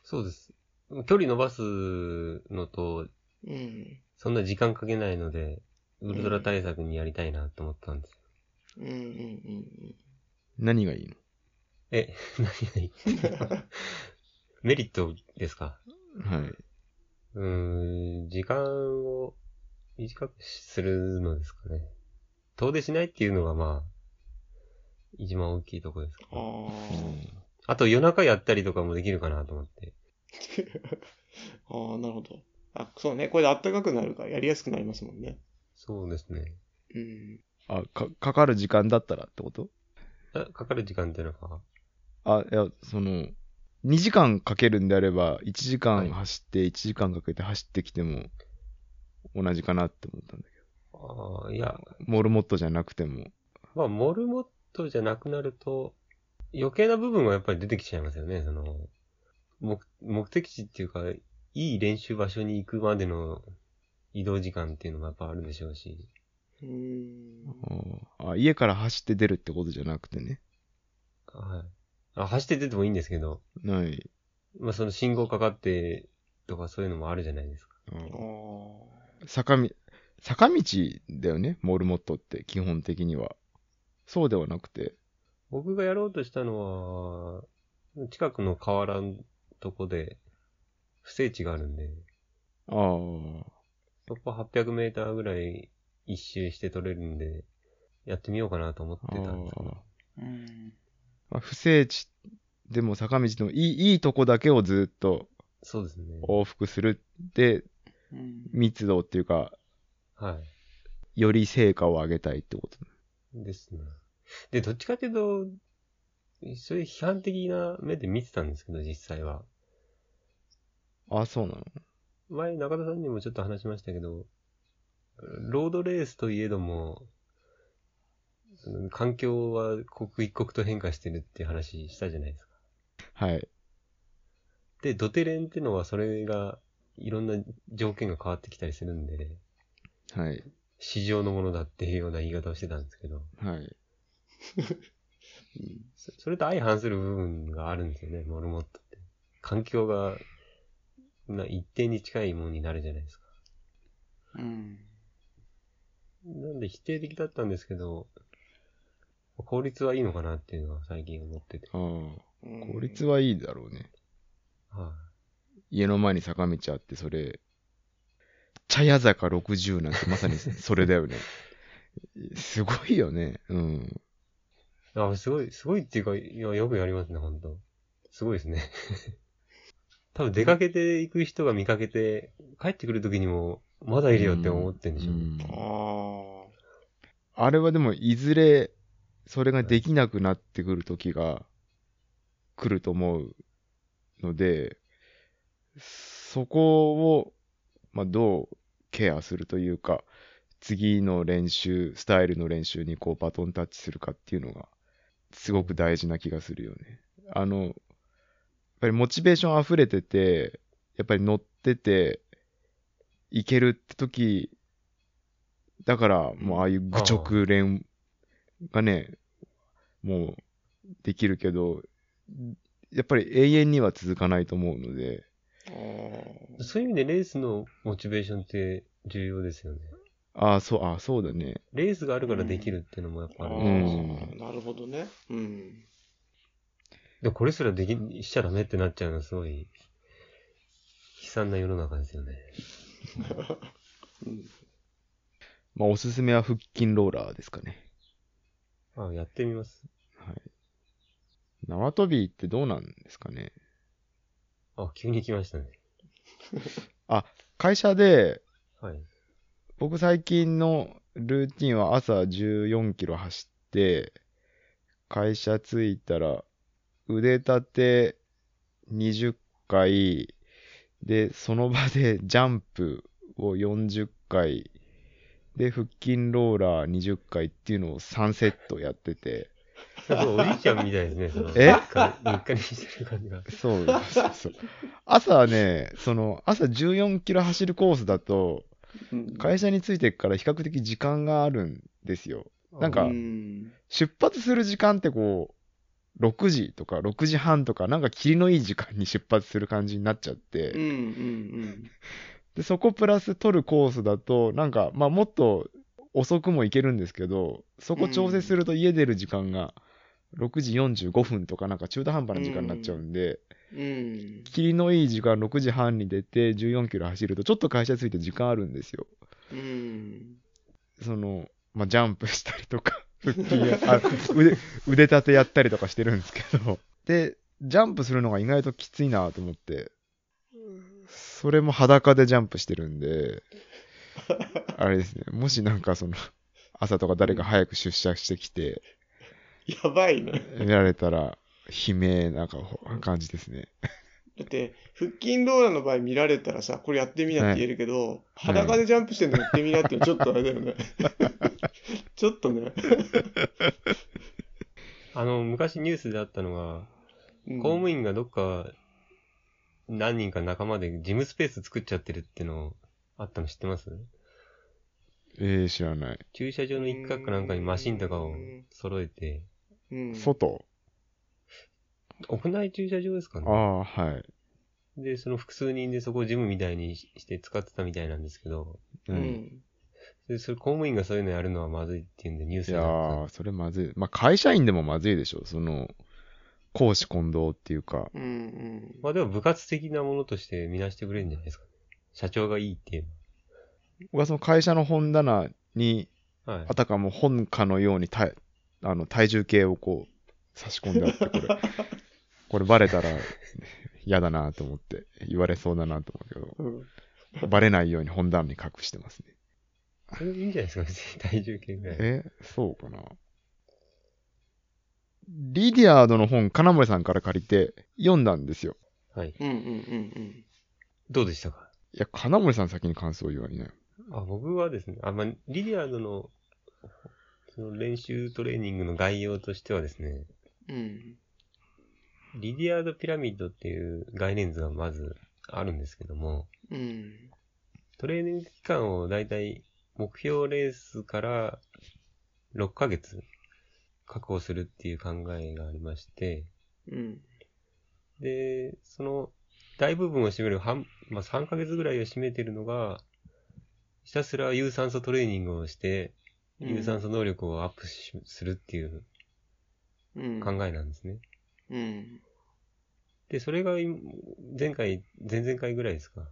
Speaker 2: そうです。距離伸ばすのと、
Speaker 1: うん。
Speaker 2: そんな時間かけないので、ウルトラ対策にやりたいなと思ったんです。
Speaker 1: うんうんうん
Speaker 3: 何がいいの
Speaker 2: え、何 々メリットですか
Speaker 3: はい。
Speaker 2: うーん、時間を短くするのですかね。遠出しないっていうのがまあ、一番大きいとこですか、
Speaker 1: うん。あ
Speaker 2: あと夜中やったりとかもできるかなと思って。
Speaker 1: あ。ああ、なるほど。あ、そうね。これで暖かくなるからやりやすくなりますもんね。
Speaker 2: そうですね。
Speaker 1: うん。
Speaker 3: あか、かかる時間だったらってこと
Speaker 2: あかかる時間っていうのか。
Speaker 3: あ、いや、その、2時間かけるんであれば、1時
Speaker 2: は
Speaker 3: 間
Speaker 2: い
Speaker 3: 走って、1時間かけて走ってきても、同じかなって思ったんだけ
Speaker 2: ああ、いや、
Speaker 3: ど、モルモットじゃなくても。
Speaker 2: まあ、モルモットじゃなくなると、余計な部分はやっぱり出てきちゃいますよね。その、目、目的地っていうか、いい練習場所に行くまでの移動時間っていうのもやっぱあるでしょうし。
Speaker 1: うーん。
Speaker 3: ああ、家から走って出るってことじゃなくてね。
Speaker 2: はい。あ、走って出てもいいんですけど、
Speaker 3: ない。
Speaker 2: まあ、その信号かかってとかそういうのもあるじゃないですか。
Speaker 3: あ
Speaker 1: あ
Speaker 3: ー
Speaker 1: ー
Speaker 3: 坂み、坂道だよね、モルモットって、基本的には。そうではなくて。
Speaker 2: 僕がやろうとしたのは、近くの河原のとこで、不整地があるんで、
Speaker 3: ああ。
Speaker 2: そこ800メーターぐらい一周して取れるんで、やってみようかなと思って
Speaker 3: あ
Speaker 2: たんですけど。
Speaker 3: あ
Speaker 1: うん。
Speaker 3: まあ不正地でも坂道でもいいいいとこだけをずっと
Speaker 2: そうですね。
Speaker 3: 往復するで
Speaker 1: うん
Speaker 3: 密度っていうか
Speaker 2: は
Speaker 3: より成果を上げたいってこと
Speaker 2: い。ですね。で、どっちかっていうと、そういう批判的な目で見てたんですけど、実際は。
Speaker 3: あ、そうなの
Speaker 2: 前、中田さんにもちょっと話しましたけど、ロードレースといえども、その環境は刻一刻と変化してるっていう話したじゃないですか。
Speaker 3: はい。
Speaker 2: で、ドテレンってのはそれが、いろんな条件が変わってきたりするんで、
Speaker 3: はい。
Speaker 2: 市場のものだっていうような言い方をしてたんですけど、
Speaker 3: はい。
Speaker 2: そそれと相反する部分があるんですよね、モルモットって。環境が、な一定に近いものになるじゃないですか。
Speaker 1: うん。
Speaker 2: なんで否定的だったんですけど、効率はいいのかなっていうのは最近思ってて。
Speaker 3: ああ。
Speaker 1: うん
Speaker 3: 効率はいいだろうね。
Speaker 2: は
Speaker 3: 家の前に坂道あって、それ、茶屋坂60なんてまさにそれだ よね。すごいよね。うん。
Speaker 2: い、あ、すごい、すごいっていうか、いや、よくやりますね、ほんと。すごいですね。 多分出かけて行く人が見かけて、帰ってくる時にも、まだいるよって思ってんでしょうね。
Speaker 3: うん
Speaker 1: ああ。
Speaker 3: あれはでも、いずれ、それができなくなってくる時が来ると思うので、そこを、まあ、どうケアするというか、次の練習、スタイルの練習にこうバトンタッチするかっていうのが、すごく大事な気がするよね。あの、やっぱりモチベーション溢れてて、やっぱり乗ってて、いけるって時、だから、もうああいう愚直練がね、もうできるけど、やっぱり永遠には続かないと思うので、
Speaker 1: あー
Speaker 2: そういう意味でレースのモチベーションって重要ですよね。
Speaker 3: ああ、そう、ああ、そうだね。
Speaker 2: レースがあるからできるっていうのもやっぱ
Speaker 1: あ
Speaker 2: ある。
Speaker 3: うん
Speaker 1: ー。なるほどね。うん。
Speaker 2: で、これすらでき、しちゃダメってなっちゃうのはすごい、悲惨な世の中ですよね。
Speaker 1: うん
Speaker 3: まあ、おすすめは腹筋ローラーですかね。
Speaker 2: あ、やってみます。
Speaker 3: はい。縄跳びってどうなんですかね。
Speaker 2: あ、急に来ましたね。
Speaker 3: 会社で、
Speaker 2: はい。
Speaker 3: 僕最近のルーティンは朝14キロ走って、会社着いたら、腕立て20回、で、その場でジャンプを40回、で、腹筋ローラー20回っていうのを3セットやってて、
Speaker 2: すごいおじいちゃんみたいですね。その
Speaker 3: え
Speaker 2: 日課日課にしてる感じが。
Speaker 3: そうそうそう。朝はね、その、朝14キロ走るコースだと、
Speaker 1: うん
Speaker 3: 会社についてから比較的時間があるんですよ。 なんか
Speaker 1: うん
Speaker 3: 出発する時間ってこう、6時とか6時半とか、なんか霧のいい時間に出発する感じになっちゃっ
Speaker 1: うんう
Speaker 3: て、
Speaker 1: ん
Speaker 3: で、そこプラス取るコースだと、なんか、まあもっと遅くも行けるんですけど、そこ調整すると家出る時間が6時45分とか、なんか中途半端な時間になっちゃうんで、
Speaker 1: うん。うん。
Speaker 3: 霧のいい時間6時半に出て14キロ走るとちょっと会社着いて時間あるんですよ。
Speaker 1: うん。
Speaker 3: その、まあ、ジャンプしたりとか、 腹筋や、あ腕、腕立てやったりとかしてるんですけど。で、ジャンプするのが意外ときついなと思って、それも裸でジャンプしてるんで、あれですね、もしなんかその、朝とか誰か早く出社してきて、
Speaker 1: やばいね。
Speaker 3: 見られたら、悲鳴な顔感じですね。
Speaker 1: だって、腹筋ローラーの場合見られたらさ、これやってみなって言えるけど、裸でジャンプしてんのやってみなっていうのちょっとあれだよね。ちょっとね。
Speaker 2: あの、昔ニュースであったのが、
Speaker 1: うん
Speaker 2: 公務員がどっか、何人か仲間で事務スペース作っちゃってるってのあったの知ってます
Speaker 3: えー、知らない。
Speaker 2: 駐車場の一角かなんかにマシンとかを揃えて、
Speaker 1: うん。
Speaker 3: 外
Speaker 2: 屋内駐車場ですかね
Speaker 3: あ。あ、はい。
Speaker 2: で、その複数人でそこをジムみたいにしして使ってたみたいなんですけど、
Speaker 1: う
Speaker 3: うん
Speaker 1: ん。
Speaker 2: で、それ公務員がそういうのやるのはまずいっていうんでニュース
Speaker 3: い
Speaker 2: にな
Speaker 3: や
Speaker 2: った。
Speaker 3: ー、それまずい。まあ、会社員でもまずいでしょ。その、公私混同っていうか。
Speaker 1: うんうん。
Speaker 2: まあでも部活的なものとして見なしてくれるんじゃないですか、ね。社長がいいっていう
Speaker 3: 僕はその会社の本棚に、
Speaker 2: のは。はい
Speaker 3: あ。たかも本かのように体、あの、体重計をこう、差し込んであって、こ れ。これバレたら、嫌だなと思って、言われそうだなと思う
Speaker 1: うん
Speaker 3: けど、バレないように本棚に隠してますね。
Speaker 2: それでいいんじゃないですか、別に 体重計ぐらい。
Speaker 3: え、そうかな。リディアードの本、金森さんから借りて、読んだんですよ。
Speaker 2: はい。
Speaker 1: うんうんうん
Speaker 2: どうでしたか
Speaker 3: いや、金森さん先に感想を言わないなよ。
Speaker 2: あ僕はですね、あまあ、リディアードのその練習トレーニングの概要としてはですね、
Speaker 1: うん。
Speaker 2: リディアードピラミッドっていう概念図がまずあるんですけども、
Speaker 1: うん。
Speaker 2: トレーニング期間をだいたい目標レースから6ヶ月確保するっていう考えがありまして、
Speaker 1: うん。
Speaker 2: で、その大部分を占める半、まあ、3ヶ月ぐらいを占めてるのが、ひたすら有酸素トレーニングをして、有酸素能力をアップしするっていう
Speaker 1: うん。
Speaker 2: 考えなんですね。
Speaker 1: うん。
Speaker 2: で、それが今前回、前々回ぐらいですか。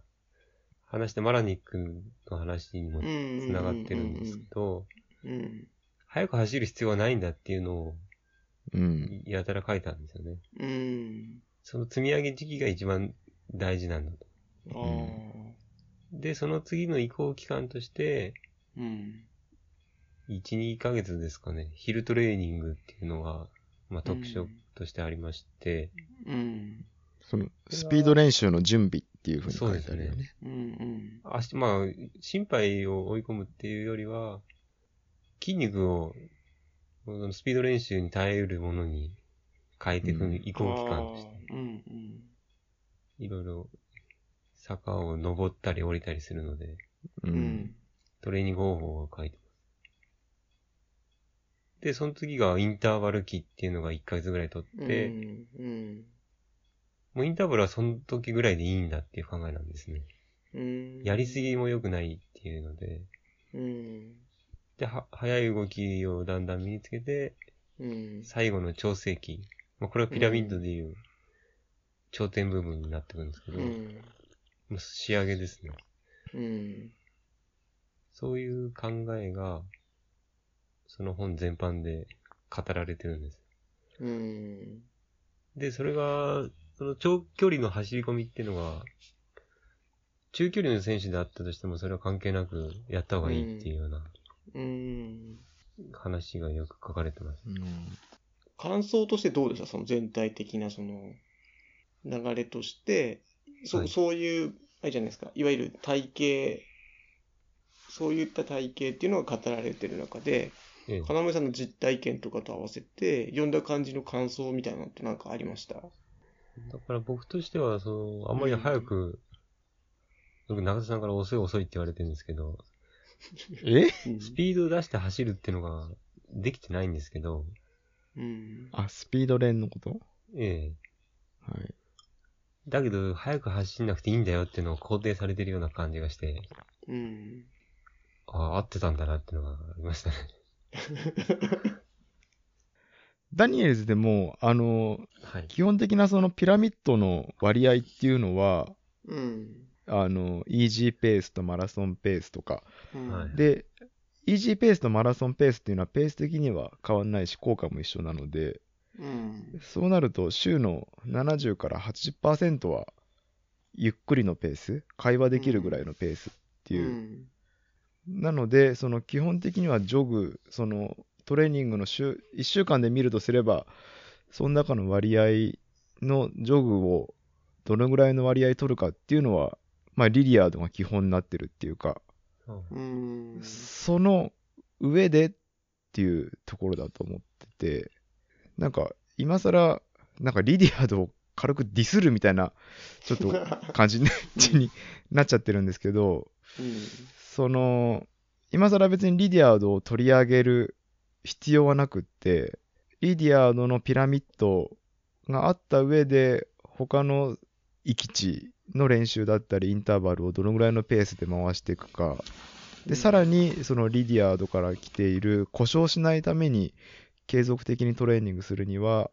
Speaker 2: 話したマラニックの話にも
Speaker 1: うん。
Speaker 2: 繋がってるんですけど、
Speaker 1: うん。
Speaker 2: 早く走る必要はないんだっていうのを
Speaker 3: うん。
Speaker 2: やたら書いたんですよね。
Speaker 1: うん。
Speaker 2: その積み上げ時期が一番大事なんだと。
Speaker 1: ああ。
Speaker 2: で、その次の移行期間として、
Speaker 1: うん。
Speaker 2: 1、2ヶ月ですかね、ヒルトレーニングっていうのが、まあ、特
Speaker 1: う
Speaker 2: 徴
Speaker 1: ん
Speaker 2: としてありまして、
Speaker 1: うん。
Speaker 3: その、スピード練習の準備っていうふうに書いてあるよ
Speaker 2: そうです
Speaker 3: ね。
Speaker 1: うん。うん。
Speaker 2: 足、まあ、心肺を追い込むっていうよりは、筋肉を、このスピード練習に耐えうるものに変えていく
Speaker 3: うん
Speaker 2: 移行期間として、
Speaker 1: あーうん。うん。
Speaker 2: いろいろ坂を登ったり降りたりするので、
Speaker 3: う。
Speaker 1: うんん。
Speaker 2: トレーニング方法を書いてます。で、その次がインターバル期っていうのが1ヶ月ぐらい取って、
Speaker 1: うん。
Speaker 2: もうインターバルはその時ぐらいでいいんだっていう考えなんですね。
Speaker 1: うん。
Speaker 2: やりすぎも良くないっていうので、
Speaker 1: うん。
Speaker 2: で、は、早い動きをだんだん身につけて、
Speaker 1: うん。
Speaker 2: 最後の調整期。まあ、これはピラミッドでいう、頂点部分になってくるんですけど、
Speaker 1: う
Speaker 2: も
Speaker 1: ん。
Speaker 2: う仕上げですね。
Speaker 1: うん。
Speaker 2: そういう考えが、その本全般で語られてるんです。
Speaker 1: うん。
Speaker 2: で、それが、その長距離の走り込みっていうのが、中距離の選手であったとしても、それは関係なくやった方がいいっていうような
Speaker 1: うん。
Speaker 2: 話がよく書かれてます。
Speaker 1: 感想としてどうでしたその全体的なその流れとして、そ,、
Speaker 2: はいう
Speaker 1: いう、あれじゃないですか、いわゆる体系、そういった体系っていうのが語られてる中で、
Speaker 2: ええ、
Speaker 1: 金森さんの実体験とかと合わせて、読んだ感じの感想みたいなのってなんかありました
Speaker 2: だから僕としては、その、あんまり早く、僕、中田さんから遅い遅いって言われてるんですけど、
Speaker 3: え
Speaker 1: うん
Speaker 2: スピードを出して走るっていうのができてないんですけど、
Speaker 1: うん。
Speaker 3: あ、スピード練のこと
Speaker 2: ええ。
Speaker 3: はい。
Speaker 2: だけど、早く走んなくていいんだよっていうのを肯定されてるような感じがして、
Speaker 1: うん。
Speaker 2: ああ、合ってたんだなっていうのがありましたね。
Speaker 3: ダニエルズでも、あの、
Speaker 2: はい。
Speaker 3: 基本的なそのピラミッドの割合っていうのは、
Speaker 1: うん。
Speaker 3: あの、イージーペースとマラソンペースとか。
Speaker 1: うん
Speaker 2: はい
Speaker 3: で、イージーペースとマラソンペースっていうのはペース的には変わんないし、効果も一緒なので、
Speaker 1: うん。
Speaker 3: そうなると週の70から80%はゆっくりのペース、会話できるぐらいのペースっていうう。
Speaker 1: ん。
Speaker 3: なので、その基本的にはジョグ、そのトレーニングの週1週間で見るとすれば、その中の割合のジョグをどのぐらいの割合取るかっていうのは、まあ、リリアードが基本になってるっていうか、
Speaker 2: うん
Speaker 1: うん。
Speaker 3: その上でっていうところだと思ってて、なんか今更、なんかリディアードを軽くディスるみたいな、ちょっと感じに になっちゃってるんですけど、
Speaker 1: うん
Speaker 3: その、今更別にリディアードを取り上げる必要はなくって、リディアードのピラミッドがあった上で、他の域地の練習だったり、インターバルをどのぐらいのペースで回していくか、
Speaker 1: うん
Speaker 3: で、さらにそのリディアードから来ている故障しないために継続的にトレーニングするには、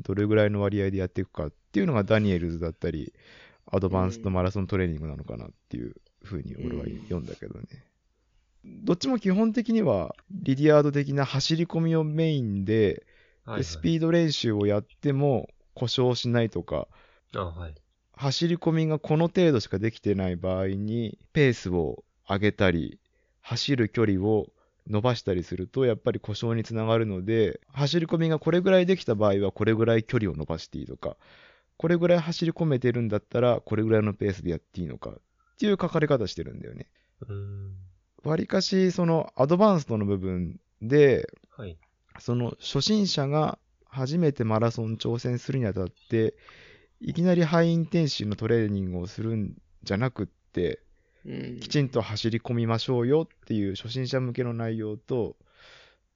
Speaker 3: どれぐらいの割合でやっていくかっていうのがダニエルズだったり、アドバンスとマラソントレーニングなのかなっていうふうに俺は
Speaker 1: うん
Speaker 3: 読んだけどね。どっちも基本的にはリディアード的な走り込みをメインで、
Speaker 2: はい、は
Speaker 3: で
Speaker 2: い。
Speaker 3: スピード練習をやっても故障しないとか、
Speaker 2: あはい。
Speaker 3: 走り込みがこの程度しかできてない場合にペースを上げたり走る距離を伸ばしたりするとやっぱり故障につながるので走り込みがこれぐらいできた場合はこれぐらい距離を伸ばしていいとかこれぐらい走り込めてるんだったら、これぐらいのペースでやっていいのかっていう書かれ方してるんだよね。
Speaker 2: うん。
Speaker 3: わりかし、そのアドバンストの部分で、
Speaker 2: はい。
Speaker 3: その初心者が初めてマラソン挑戦するにあたって、いきなりハイインテンシーのトレーニングをするんじゃなくって、
Speaker 1: うん
Speaker 3: きちんと走り込みましょうよっていう初心者向けの内容と、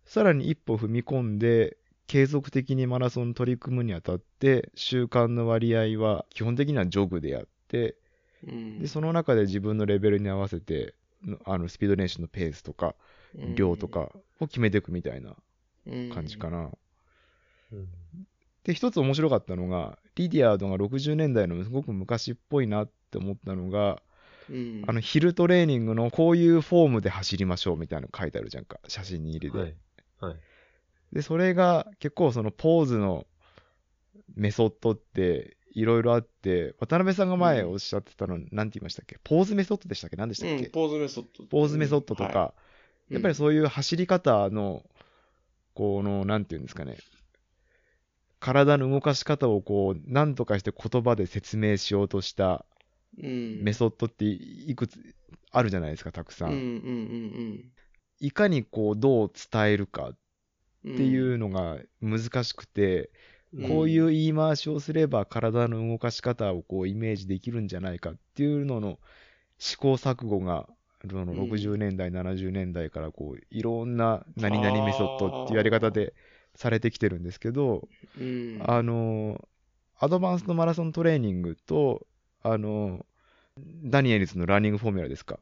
Speaker 3: さらに一歩踏み込んで、継続的にマラソン取り組むにあたって、習慣の割合は基本的にはジョグでやって、
Speaker 1: うん
Speaker 3: で、その中で自分のレベルに合わせて、のあのスピード練習のペースとか、量とかを決めていくみたいな感じか
Speaker 1: な。
Speaker 3: な。
Speaker 2: うん
Speaker 3: で、一つ面白かったのが、リディアードが60年代のすごく昔っぽいなって思ったのが、
Speaker 1: うん
Speaker 3: あの、ヒルトレーニングのこういうフォームで走りましょうみたいなの書いてあるじゃんか、写真に入れて。
Speaker 2: はい。はい。
Speaker 3: で、それが結構そのポーズのメソッドっていろいろあって、渡辺さんが前おっしゃってたの、なんて言いましたっけポーズメソッドでしたっけ何でしたっ
Speaker 1: う
Speaker 3: け、
Speaker 1: んポーズメソッド。
Speaker 3: ポーズメソッドとか、
Speaker 1: い
Speaker 3: やっぱりそういう走り方の、この、なんて言うんですかね、体の動かし方をこう、なんとかして言葉で説明しようとした
Speaker 1: うん、
Speaker 3: メソッドっていくつあるじゃないですか、たくさ。
Speaker 1: うんんうん
Speaker 3: いかにこう、どう伝えるか
Speaker 1: うんうん。
Speaker 3: っていううのが難しくて、
Speaker 1: うん
Speaker 3: こういう言い回しをすれば体の動かし方をこうイメージできるんじゃないかっていうのの試行錯誤が、その
Speaker 1: うん
Speaker 3: 60年代、70年代からこういろんな何々メソッドっていうやり方でされてきてるんですけど、
Speaker 1: ん、
Speaker 3: あの、アドバンスのマラソントレーニングと、あの、ダニエルズのランニングフォーミュラですか、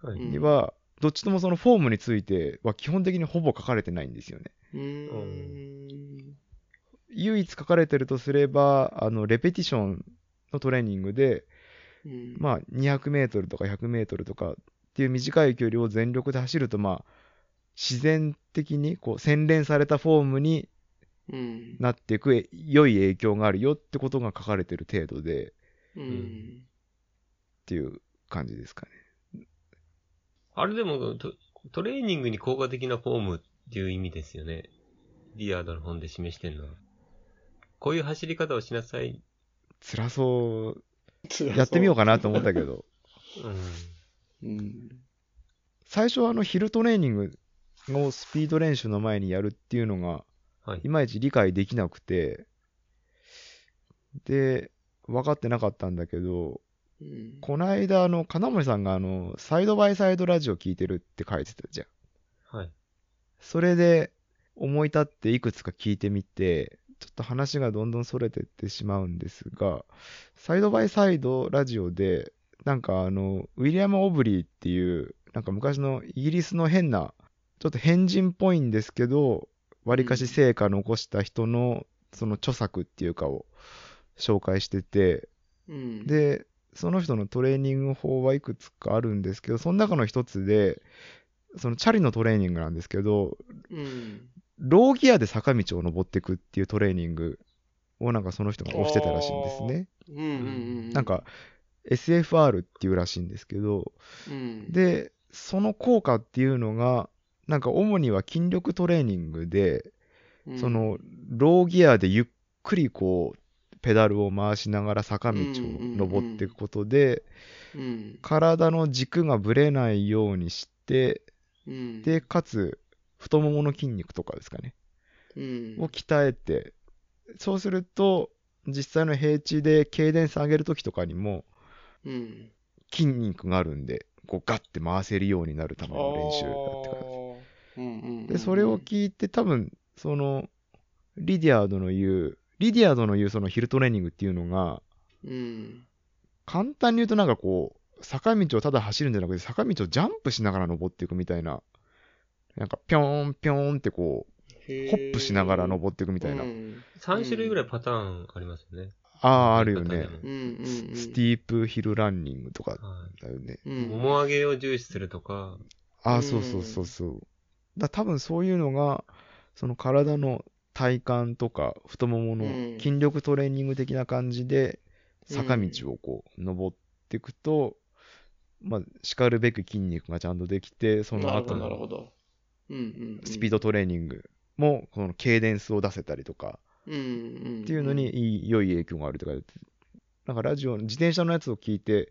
Speaker 2: はい。
Speaker 1: うん
Speaker 3: には、どっちともそのフォームについては基本的にほぼ書かれてないんですよね。
Speaker 1: うーん。
Speaker 3: 唯一書かれてるとすれば、あの、レペティションのトレーニングで、
Speaker 1: うん
Speaker 3: まあ、200メートルとか100メートルとかっていう短い距離を全力で走ると、まあ、自然的に、こう、洗練されたフォームに
Speaker 1: うん。
Speaker 3: なっていく、え良い影響があるよってことが書かれてる程度で、っ
Speaker 1: うん。
Speaker 3: ていう感じですかね。
Speaker 2: あれでもト、トレーニングに効果的なフォームっていう意味ですよね。リアードの本で示してるのは。こういう走り方をしなさい。
Speaker 3: 辛そう、やってみようかなと思ったけど、
Speaker 2: うん。
Speaker 1: うん。
Speaker 3: 最初はあの、ヒルトレーニングのスピード練習の前にやるっていうのが、
Speaker 2: はい。
Speaker 3: いまいち理解できなくて、で、分かってなかったんだけど、
Speaker 1: うん。
Speaker 3: こないだ、あの、金森さんが、あの、サイドバイサイドラジオ聞いてるって書いてたじゃん。
Speaker 2: はい。
Speaker 3: それで、思い立っていくつか聞いてみて、ちょっと話がどんどん逸れてってしまうんですが、サイドバイサイドラジオで、なんかあの、ウィリアム・オブリーっていう、なんか昔のイギリスの変な、ちょっと変人っぽいんですけど、わりかし成果残した人の、その著作っていうかを紹介してて、
Speaker 1: うん、
Speaker 3: で、その人のトレーニング法はいくつかあるんですけど、その中の一つで、そのチャリのトレーニングなんですけど、
Speaker 1: うん、
Speaker 3: ローギアで坂道を登っていくっていうトレーニングをなんかその人が推してたらしいんですね。
Speaker 1: うんうんうん。
Speaker 3: なん、か SFR っていうらしいんですけど、
Speaker 1: うん、、
Speaker 3: で、その効果っていうのが、なんか主には筋力トレーニングで、そ、のローギアでゆっくりこう、ペダルを回しながら坂道を登っていくことで、
Speaker 1: うん、
Speaker 3: 体の軸がぶれないようにして、
Speaker 1: うん、
Speaker 3: で、、かつ太ももの筋肉とかですかね。
Speaker 1: うん、
Speaker 3: を鍛えて、そうすると、実際の平地で軽電上げるときとかにも、
Speaker 1: うん、
Speaker 3: 筋肉があるんで、こうガッて回せるようになるための練習だって感
Speaker 1: うんうん、
Speaker 3: じ。で、それを聞いて、多分、その、リディアードの言う、リディアードの言うそのヒルトレーニングっていうのが、
Speaker 1: うん、
Speaker 3: 簡単に言うとなんかこう、坂道をただ走るんじゃなくて、坂道をジャンプしながら登っていくみたいな、なんかぴょーんぴょーんってこう、
Speaker 1: ホ
Speaker 3: ホップしながら登っていくみたいな。
Speaker 1: うん、
Speaker 2: 3種類ぐらいパターンありますよね。
Speaker 3: ああ、あるよね。
Speaker 1: うんうん、
Speaker 3: ススティープヒルランニングとか
Speaker 2: は
Speaker 3: だよね。
Speaker 1: う
Speaker 2: い。も
Speaker 1: ん、
Speaker 2: も上げを重視するとか、
Speaker 1: う
Speaker 3: ああ、
Speaker 1: ん
Speaker 3: そうそうそうそう。だ多分そういうのが、その体の体幹とか太もも
Speaker 1: う
Speaker 3: の
Speaker 1: ん
Speaker 3: 筋力トレーニング的な感じ
Speaker 1: うん
Speaker 3: で、坂道をこう、登っていくと、まあ、叱るべく筋肉がちゃんとできて、その
Speaker 1: なるほ
Speaker 3: 後
Speaker 1: ど、なる
Speaker 3: の
Speaker 1: ほど。うんうん、
Speaker 3: スピードトレーニングも、このケーデンスを出せたりとか、
Speaker 1: うんうんん。
Speaker 3: っていうのにいい良い影響があるとか言ってなんかラジオの自転車のやつを聞いて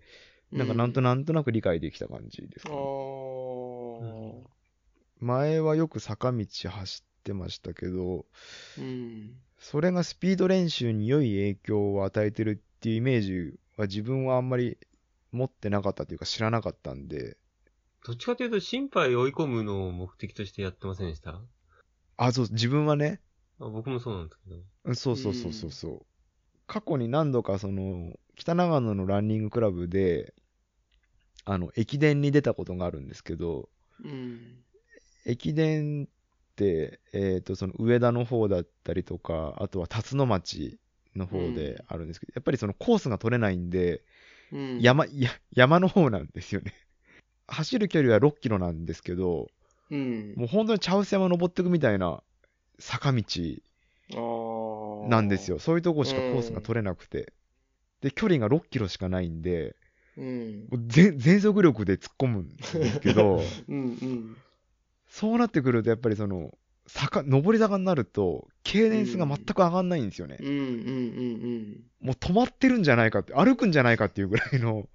Speaker 1: う、
Speaker 3: なんかなんと
Speaker 1: な
Speaker 3: なんとなく理解できた感じです
Speaker 1: あ
Speaker 3: か
Speaker 1: あ
Speaker 3: ね、前はよく坂道走ってましたけど
Speaker 1: うん。
Speaker 3: それがスピード練習に良い影響を与えてるっていうイメージは自分はあんまり持ってなかったというか知らなかったんで
Speaker 2: どっちかというと、心配追い込むのを目的としてやってませんでしたあ
Speaker 3: あそう自分はね
Speaker 2: 僕もそうなんですけど。
Speaker 3: うんそうそうそうそうそう、過去に何度かその北長野のランニングクラブであの駅伝に出たことがあるんですけど
Speaker 1: うん。
Speaker 3: 駅伝って、えー、とその上田の方だったりとかあとは辰野町の方であるんですけど、やっぱりそのコースが取れないんで、
Speaker 1: うん。
Speaker 3: 山いや山の方なんですよね 走る距離は6キロなんですけど
Speaker 1: うん。
Speaker 3: もう本当に茶臼山登ってくみたいな坂道
Speaker 1: ああ。
Speaker 3: なんです。よ。そういうとこしかコースが取れなくて。で、距離が6キロしかないんで、
Speaker 1: うん。
Speaker 3: もう全全速力で突っ込むんですけ ど、
Speaker 1: うんうん。
Speaker 3: そうなってくるとやっぱりその、坂、上り坂になると、ケーデンスが全く上がんないんですよね
Speaker 1: うん。うんうん
Speaker 3: もう止まってるんじゃないかって、歩くんじゃないかっていうぐら いの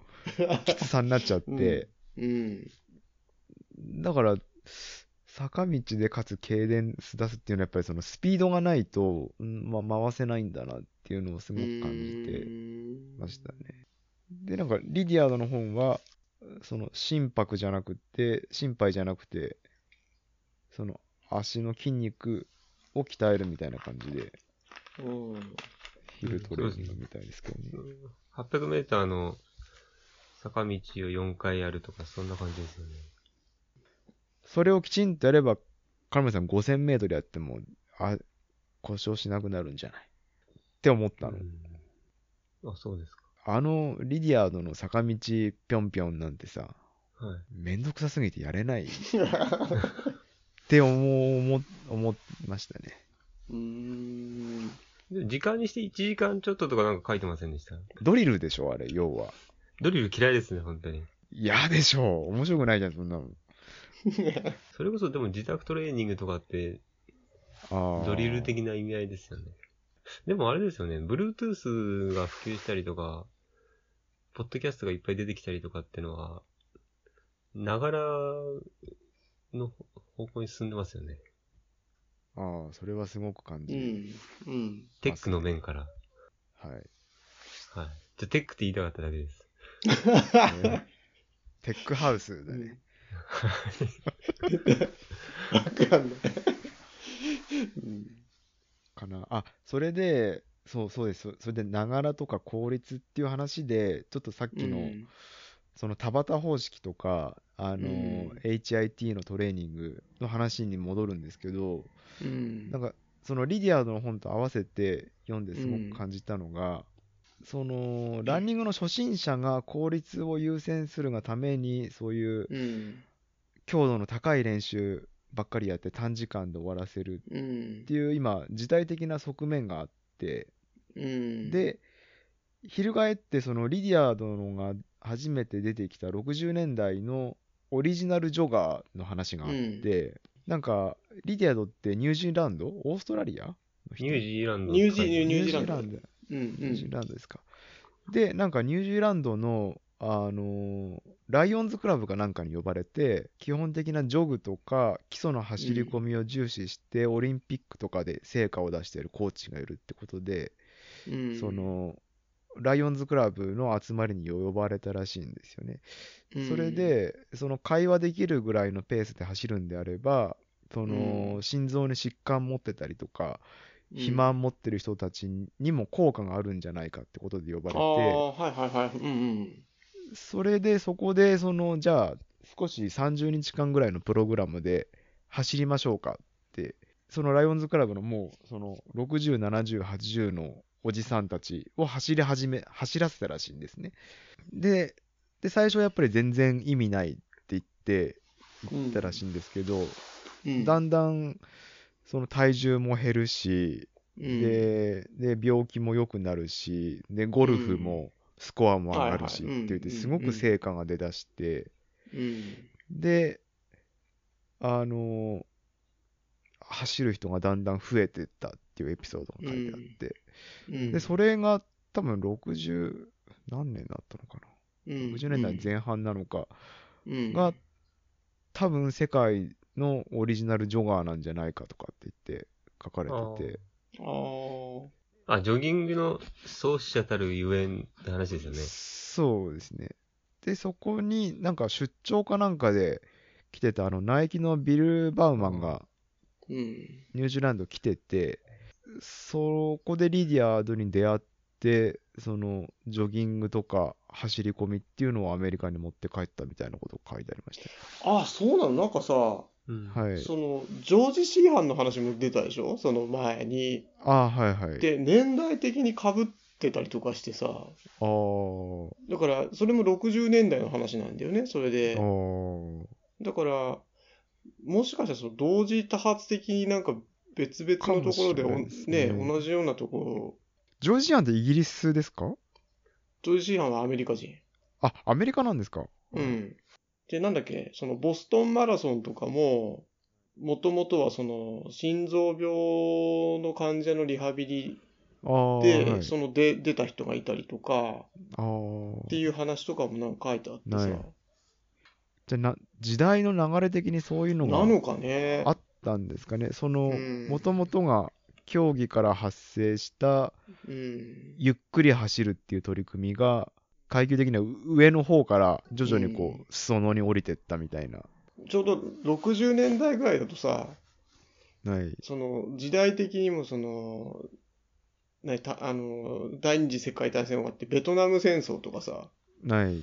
Speaker 3: きつさになっちゃって、
Speaker 1: うん。うん。
Speaker 3: だから、坂道でかつ軽電ス出すっていうのはやっぱりそのスピードがないと、うんまあ、回せないんだなっていうのをす ごく感じて、ましたね。。で、なんか、リディアードの本は、その、心拍じゃなくて、心肺じゃなくて、その、足の筋肉を鍛えるみたいな感じで、
Speaker 1: うん。
Speaker 3: ヒルトレーニングみたいですけどね。
Speaker 2: 800メーターの坂道を4回やるとか、そんな感じですよね。
Speaker 3: それをきちんとやれば、カルメさん5000メートルやっても、あ、故障しなくなるんじゃないって思ったの。
Speaker 2: うんあ、そうです
Speaker 3: あの、リディアードの坂道ぴょんぴょんなんてさ、
Speaker 2: か。はい。
Speaker 3: めんどくさすぎてやれないって思う、思、思いましたね。
Speaker 1: うん。
Speaker 2: でも時間にして1時間ちょっととかなんか書いてませんでした
Speaker 3: ドリルでしょ、あれ、要は。
Speaker 2: ドリル嫌いですね、本当に。
Speaker 3: 嫌でしょう。面白くないじゃん、そんなの。
Speaker 2: それこそでも自宅トレーニングとかって、
Speaker 3: あ
Speaker 2: ドリル的な意味合いですよね。でもあれですよね、Bluetooth が普及したりとか、ポッドキャストがいっぱい出てきたりとかってのは、ながらの方向に進んでますよね。
Speaker 3: あーそれはすごく感
Speaker 1: う
Speaker 3: じる。
Speaker 1: ん。うん。
Speaker 2: テックの面から。
Speaker 3: はい。
Speaker 2: はい。じゃ、テックって言いたかっただけです。
Speaker 3: ねテックハウスだね。
Speaker 1: わかんない。うん。
Speaker 3: かな。あ、それで、そうそうです。そそれで、ながらとか効率っていう話で、ちょっとさっきの、
Speaker 1: うん
Speaker 3: その田端方式とか、あのー
Speaker 1: うん
Speaker 3: HIT のトレーニングの話に戻るんですけど、
Speaker 1: うん
Speaker 3: なんかそのリディアードの本と合わせて読んですごく感じたのが、そのランニングの初心者が効率を優先するがためにそういう
Speaker 1: うん。
Speaker 3: 強度の高い練習ばっかりやって短時間で終わらせる
Speaker 1: うん
Speaker 3: って。いう今時代的な側面があって
Speaker 1: うん、
Speaker 3: で翻ってそのリディアードのが初めて出てきた60年代のオリジナルジョガーの話があって、なんかリディアードってニュージーランドオーストラリアの人
Speaker 2: ニュージーランド。
Speaker 1: ニュージー
Speaker 3: ニ
Speaker 1: ニ
Speaker 3: ュ
Speaker 1: ュ
Speaker 3: ー
Speaker 1: ー
Speaker 3: ジ
Speaker 1: ジ
Speaker 3: ー
Speaker 1: ー
Speaker 3: ラ
Speaker 1: ラ
Speaker 3: ン
Speaker 1: ン
Speaker 3: ド。
Speaker 1: うん
Speaker 3: ニュージーランドですか。で、なんかニュージーランドの、あのーライオンズクラブかなんかに呼ばれて、基本的なジョグとか、基礎の走り込みを重視して、オリンピックとかで成果を出しているコーチがいるってことで、
Speaker 1: うん、うん
Speaker 3: そ、の、ライオンズクラブの集まりに呼ばれたらしいんですよね。
Speaker 1: うん
Speaker 3: それ、で、その会話できるぐらいのペースで走るんであれば、その、
Speaker 1: うん
Speaker 3: 心臓に疾患持ってたりとか、
Speaker 1: うん
Speaker 3: 肥満持ってる人たちにも効果があるんじゃないかってことで呼ばれ
Speaker 1: ああ
Speaker 3: て、
Speaker 1: はいはいはい。うん
Speaker 3: それでそこで、その、じゃあ、少し30日間ぐらいのプログラムで走りましょうかって、そのライオンズクラブのもう、その、60、70、80のおじさんたちを走り始め、走らせたらしいんですね。で、で、最初やっぱり全然意味ないって言って、
Speaker 1: うん。
Speaker 3: たらしいんですけど、
Speaker 1: うん、
Speaker 3: だんだん、その体重も減るし、
Speaker 1: うん、
Speaker 3: でで病気も良くなるしでゴルフもスコアも上がるしっ
Speaker 1: はいはいう
Speaker 3: て
Speaker 1: ん
Speaker 3: 言っ
Speaker 1: う
Speaker 3: て
Speaker 1: ん
Speaker 3: すごく成果が出だして
Speaker 1: うん、
Speaker 3: であのー走る人がだんだん増えてったっっていうエピソードが書いてあって、
Speaker 1: うん
Speaker 3: で、それが多分60何年だったのか
Speaker 1: うん
Speaker 3: な、60年代前半なのか、
Speaker 1: うん
Speaker 3: が多分世界のオリジナルジョガーなんじゃないかとかって言って書かれてて、
Speaker 1: あー
Speaker 2: あ、ジョギングの創始者たるゆえんって話ですよね。
Speaker 3: そうですね。で、そこになんか出張かなんかで来てたあのナイキのビル・バウマンが
Speaker 1: うん
Speaker 3: ニュージーランド来てて、そこでリディアードに出会って、そのジョギングとか走り込みっていうのをアメリカに持って帰ったみたいなことが書いてありまし
Speaker 1: あそうなのなんかさ、
Speaker 2: うん
Speaker 3: た。はい。
Speaker 1: そのジョージ・シーハンの話も出たでしょその前に。
Speaker 3: ああ、はいはい。
Speaker 1: で年代的にかぶってたりとかしてさ
Speaker 3: あー
Speaker 1: だからそれも60年代の話なんだよねそれ
Speaker 3: あ
Speaker 1: で。
Speaker 3: ー。
Speaker 1: だから、もしかしたらその同時多発的になんか別々のところで
Speaker 3: か
Speaker 1: お
Speaker 3: もしれない
Speaker 1: ね
Speaker 3: ですね
Speaker 1: 同じようなところ、
Speaker 3: ジョージアンってイギリスですか
Speaker 1: ジョージ・シーハンはアメリカ人。
Speaker 3: あ、アメリカなんですか
Speaker 1: うん。で、なんだっけ、そのボストンマラソンとかも、もともとはその心臓病の患者のリハビリ
Speaker 3: ああ。
Speaker 1: で、
Speaker 3: はい、
Speaker 1: そので出た人がいたりとか
Speaker 3: あー
Speaker 1: っていう話とかもなんか書いてあってさ、
Speaker 3: ないじゃあな時代の流れ的にそういうの
Speaker 1: な
Speaker 3: が
Speaker 1: のかね
Speaker 3: あ。ったんですかね。その、
Speaker 1: うん
Speaker 3: もともとが競技から発生した
Speaker 1: うん。
Speaker 3: ゆっくり走るっていう取り組みが、階級的には上の方から徐々にこ
Speaker 1: うん
Speaker 3: う、裾野に降りてったみたいな。
Speaker 1: ちょうど60年代ぐらいだとさ、
Speaker 3: はい。
Speaker 1: その時代的にもその、ね、たあの第二次世界大戦終わってベトナム戦争とかさ
Speaker 3: ない。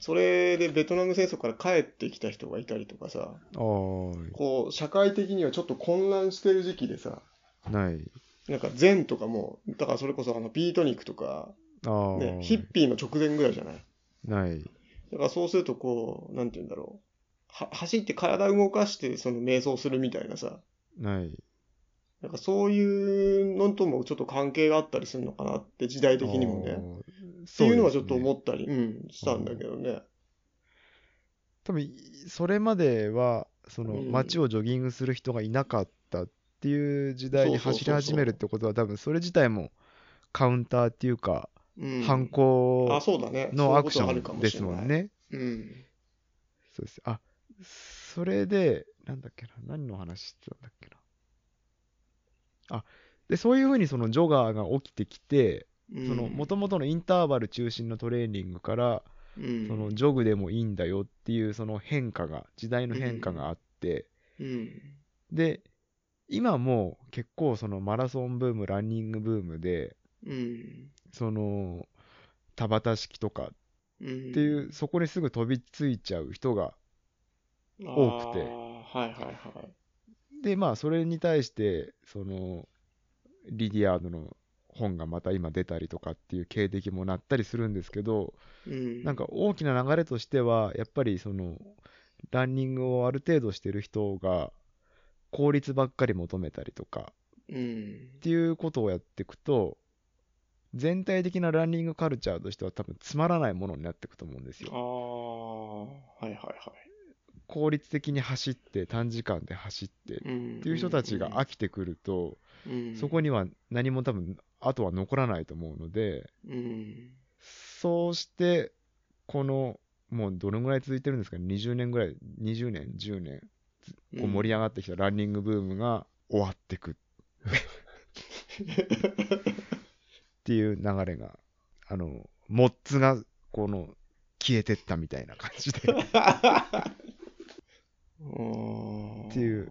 Speaker 1: それでベトナム戦争から帰ってきた人がいたりとかさ
Speaker 3: ああ。
Speaker 1: こう社会的にはちょっと混乱してる時期でさ
Speaker 3: ない。
Speaker 1: なんか禅とかもだからそれこそあのビートニックとか、
Speaker 3: ああ。
Speaker 1: ね、ヒッピーの直前ぐらいじゃない
Speaker 3: ない。
Speaker 1: だからそうするとこうなんて言うんだろうは走って体動かしてその瞑想するみたいなさ
Speaker 3: ない。
Speaker 1: なんかそういうのともちょっと関係があったりするのかなって時代的にもね。
Speaker 3: あー。
Speaker 1: っ
Speaker 3: そ
Speaker 1: てい
Speaker 3: う
Speaker 1: うのは
Speaker 3: で
Speaker 1: ち
Speaker 3: す
Speaker 1: ょっと
Speaker 3: ね
Speaker 1: 思ったり、うん、したんだけどね。
Speaker 3: 多分それまではその
Speaker 1: うん
Speaker 3: 街をジョギングする人がいなかったっていう時代に
Speaker 1: そうそうそう
Speaker 3: 走
Speaker 1: そう
Speaker 3: り始めるってことは多分それ自体もカウンターっていうか
Speaker 1: うん、
Speaker 3: 反
Speaker 1: あ
Speaker 3: 抗
Speaker 1: そうだね
Speaker 3: のアクシ
Speaker 1: そういうことあるか
Speaker 3: ョン
Speaker 1: も
Speaker 3: で
Speaker 1: し
Speaker 3: す
Speaker 1: れない
Speaker 3: もんね。
Speaker 1: うん。
Speaker 3: そうですあそれでなんだっけな何の話してたんだっけな。あでそういうふうにそのジョガーが起きてきて
Speaker 1: うん
Speaker 3: その元々のインターバル中心のトレーニングから
Speaker 1: うん
Speaker 3: そのジョグでもいいんだよっていうその変化が時代の変化があって。
Speaker 1: うん。
Speaker 3: で、今もう結構そのマラソンブーム、ランニングブームで、
Speaker 1: うん。
Speaker 3: その田端式とか
Speaker 1: うん。
Speaker 3: っていう、そこにすぐ飛びついちゃう人が、多くて
Speaker 1: あーはいはいはい。
Speaker 3: で、まあそれに対して、そのリディアードの本がまた今出たりとかっていう経歴もなったりするんですけど、
Speaker 1: うん、
Speaker 3: なんか大きな流れとしては、やっぱりそのランニングをある程度してる人が効率ばっかり求めたりとか、
Speaker 1: うん
Speaker 3: っ。ていうことをやっていくと全体的なランニングカルチャーとしては多分つまらないものになっていくと思うんです
Speaker 1: あ
Speaker 3: よ。
Speaker 1: あ、はいはいは
Speaker 3: 効率的に走って短時間で走ってっ
Speaker 1: い。うん。
Speaker 3: ていう人たちが飽きてくると
Speaker 1: うん、
Speaker 3: そこには何も多分あとは残らないと思うので
Speaker 1: うん。、
Speaker 3: そうしてこのもうどのぐらい続いてるんですかね20年ぐらい20年10年こう盛り上がってきたランニングブームが終わってくっていう流れが、あの、モッツが、この、消えてったみたいな感じで
Speaker 1: うん
Speaker 3: っていう。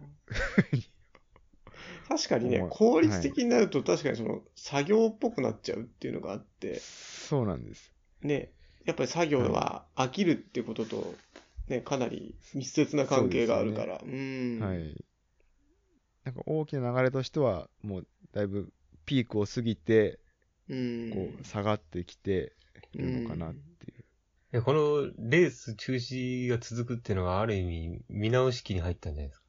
Speaker 1: 確かにね
Speaker 3: 思、う
Speaker 1: 効率的になると確かにその作業っぽくなっちゃうっていうのがあって、
Speaker 3: そうなんです。
Speaker 1: ね、やっぱり作業は飽きるってことと、ね、かなり密接な関係があるから。うん。
Speaker 3: はい。なんか大きな流れとしては、もう、だいぶピークを過ぎて、
Speaker 1: うん。
Speaker 3: こう、下がってきてるのかなっていう。
Speaker 2: えこのレース中止が続くっていうのはある意味見直し期に入ったんじゃないですか。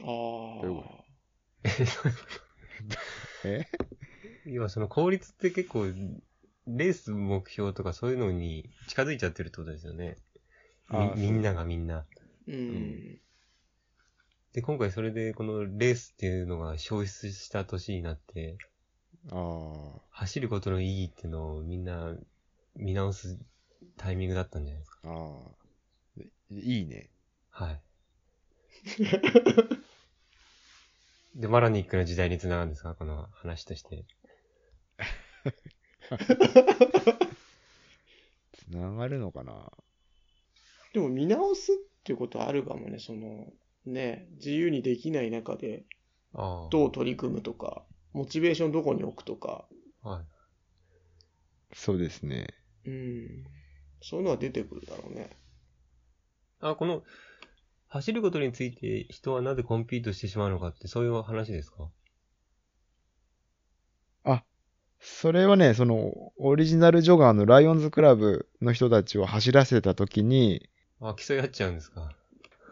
Speaker 1: あ
Speaker 3: どういうこ
Speaker 1: あ。
Speaker 3: え
Speaker 2: 要はその効率って結構レース目標とかそういうのに近づいちゃってるってことですよね。
Speaker 3: あー
Speaker 2: みみんながみんな。
Speaker 1: うん。
Speaker 2: で、今回それでこのレースっていうのが消失した年になって、
Speaker 3: ああ。
Speaker 2: 走ることの意義っていうのをみんな見直すタイミングだったんじゃないですか。
Speaker 3: ああ。いいね。
Speaker 2: はい。で、マラニックの時代につながるんですかこの話として。
Speaker 3: つながるのかな
Speaker 1: でも見直すっていうことあるかもね、その、ね、自由にできない中で、
Speaker 2: ああ。
Speaker 1: どう取り組むとか、モチベーションどこに置くとか、
Speaker 2: はい。
Speaker 3: そうですね。
Speaker 1: うん。そういうのは出てくるだろうね。
Speaker 2: あ、この、走ることについて人はなぜコンピートしてしまうのかってそういう話ですか
Speaker 3: それはね、その、オリジナルジョガーのライオンズクラブの人たちを走らせた時に、
Speaker 2: あ、競い合っちゃうんですか。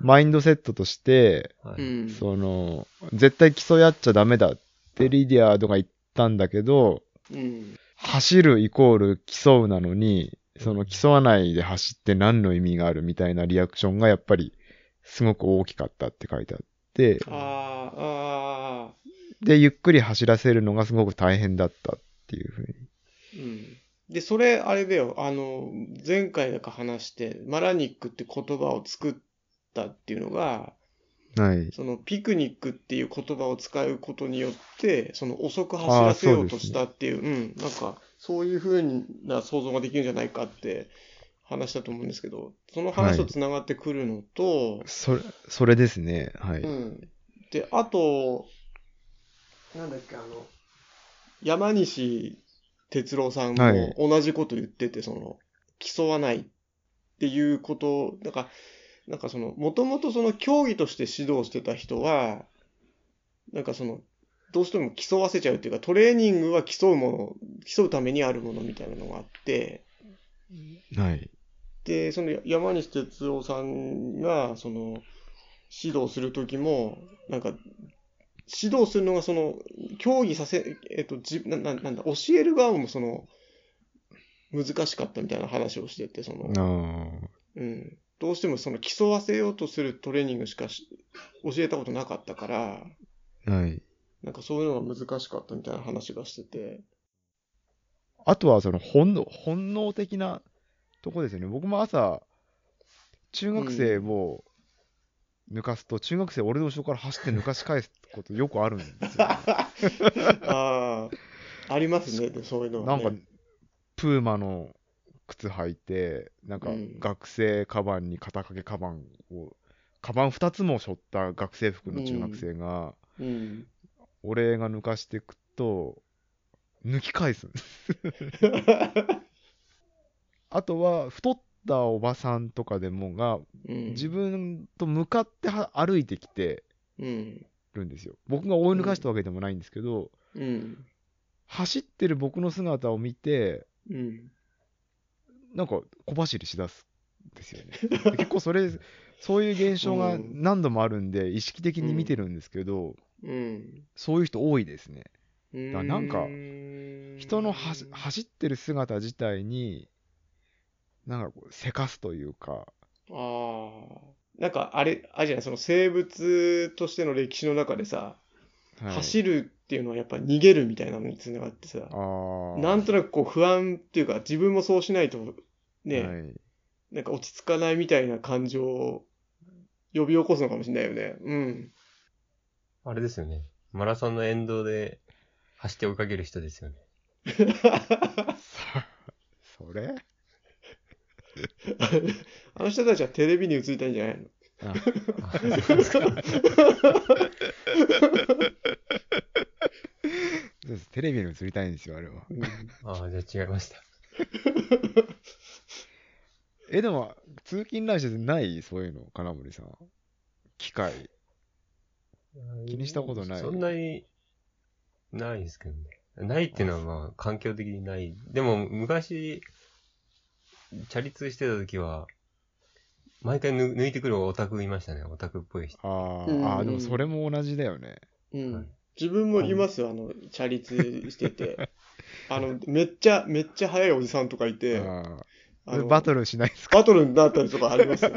Speaker 3: マインドセットとして、
Speaker 2: はい。
Speaker 1: うん。
Speaker 3: その、絶対競い合っちゃダメだってリディアードが言ったんだけど、
Speaker 1: うん。
Speaker 3: 走るイコール競うなのに、その競わないで走って何の意味があるみたいなリアクションがやっぱりすごく大きかったって書いてあって、
Speaker 1: ああ、ああ、
Speaker 3: で、ゆっくり走らせるのがすごく大変だったっていうふうに。
Speaker 1: うん。で、それ、あれだよ、あの、前回だか話して、マラニックって言葉を作ったっていうのが、
Speaker 3: はい。
Speaker 1: そのピクニックっていう言葉を使うことによって、その遅く走らせようとしたっていう、うん、なんか、そういうふうな想像ができるんじゃないかって話だと思うんですけど、その話とつながってくるのと、
Speaker 3: それ、それですね。はい。
Speaker 1: うん。で、あと、なんだっけ、あの、山西哲郎さん
Speaker 3: はい
Speaker 1: も同じこと言ってて、その、競わないっていうこと、なんか、なんかその、もともとその競技として指導してた人は、なんかその、どうしても競わせちゃうっていうか、トレーニングは競うもの、競うためにあるものみたいなのがあって、
Speaker 3: はい。
Speaker 1: で、その山西哲夫さんが、その、指導する時も、なんか、指導するのが、その、競技させ、えっと、じなななんだ、教える側も、その、難しかったみたいな話をしてて、その、
Speaker 3: ああ。
Speaker 1: うん。どうしてもその競わせようとするトレーニングしかし教えたことなかったから、
Speaker 3: はい。
Speaker 1: なんかそういうのが難しかったみたいな話がしてて。
Speaker 3: あとは、その本能、本能的なとこですよね。僕も朝、中学生を抜かすと、中学生俺の後ろから走って抜かし返すことよくあるんですよ、
Speaker 1: ああ、ありますね、でそういうの
Speaker 3: な
Speaker 1: は、
Speaker 3: ん
Speaker 1: ね。
Speaker 3: か、プーマの靴履いて、なんか
Speaker 1: うん
Speaker 3: 学生カバンに肩掛けカバンを、カバン2つも背負った学生服の中学生が、
Speaker 1: うん。
Speaker 3: 俺が抜かしていくと、抜き返すんです。あとは、太ったおばさんとかでもが、
Speaker 1: うん
Speaker 3: 自分と向かっては歩いてきて
Speaker 1: うん。
Speaker 3: るんですよ。僕が追い抜かしたわけでもないんですけど、
Speaker 1: うん。
Speaker 3: 走ってる僕の姿を見て、
Speaker 1: うん。
Speaker 3: なんか小走りしだすんですよね。 で結構それ、そういう現象が
Speaker 1: うん
Speaker 3: 何度もあるんで、意識的に見てるんですけど、
Speaker 1: うん。
Speaker 3: そういう人多いですね。
Speaker 1: う
Speaker 3: なんか
Speaker 1: うーん
Speaker 3: 人のはし走ってる姿自体に、なんかこう、せかすというか、
Speaker 1: ああ。なんか、あれ、あれじゃない、その生物としての歴史の中でさ、
Speaker 3: はい
Speaker 1: 走るっていうのはやっぱ逃げるみたいなのにつながってさ
Speaker 3: あ、ー
Speaker 1: なんとなくこう不安っていうか、自分もそうしないとね、
Speaker 3: はい
Speaker 1: なんか落ち着かないみたいな感情を呼び起こすのかもしれないよね。うん。
Speaker 2: あれですよね。マラソンの沿道で走って追いかける 人ですよね。
Speaker 3: そそれ
Speaker 1: あの人たちはテレビに映りたいんじゃないの
Speaker 3: そうですテレビに映りたいんですよ、あれは。
Speaker 2: ああ、じゃあ違いました。
Speaker 3: え、でも、通勤ラッシュでないそういうの、金森さん。機会。 気にしたことない
Speaker 2: そんなに、ないですけどね。ないっていうのはまあ、環境的にない。でも、昔、チャリ通してた時は、毎回ぬ抜いてくるオタクいましたね。オタクっぽい人。
Speaker 3: あ
Speaker 1: うん
Speaker 3: ーあー、でもそれも同じだよね。
Speaker 1: うん
Speaker 2: はい
Speaker 1: 自分もいますよ、あの、チャリ通して て。あの、めっちゃ、めっちゃ速いおじさんとかいて、
Speaker 3: あ
Speaker 1: あ
Speaker 3: ー
Speaker 1: の
Speaker 3: バトルしないですか
Speaker 1: バトルになったりとかありますよ。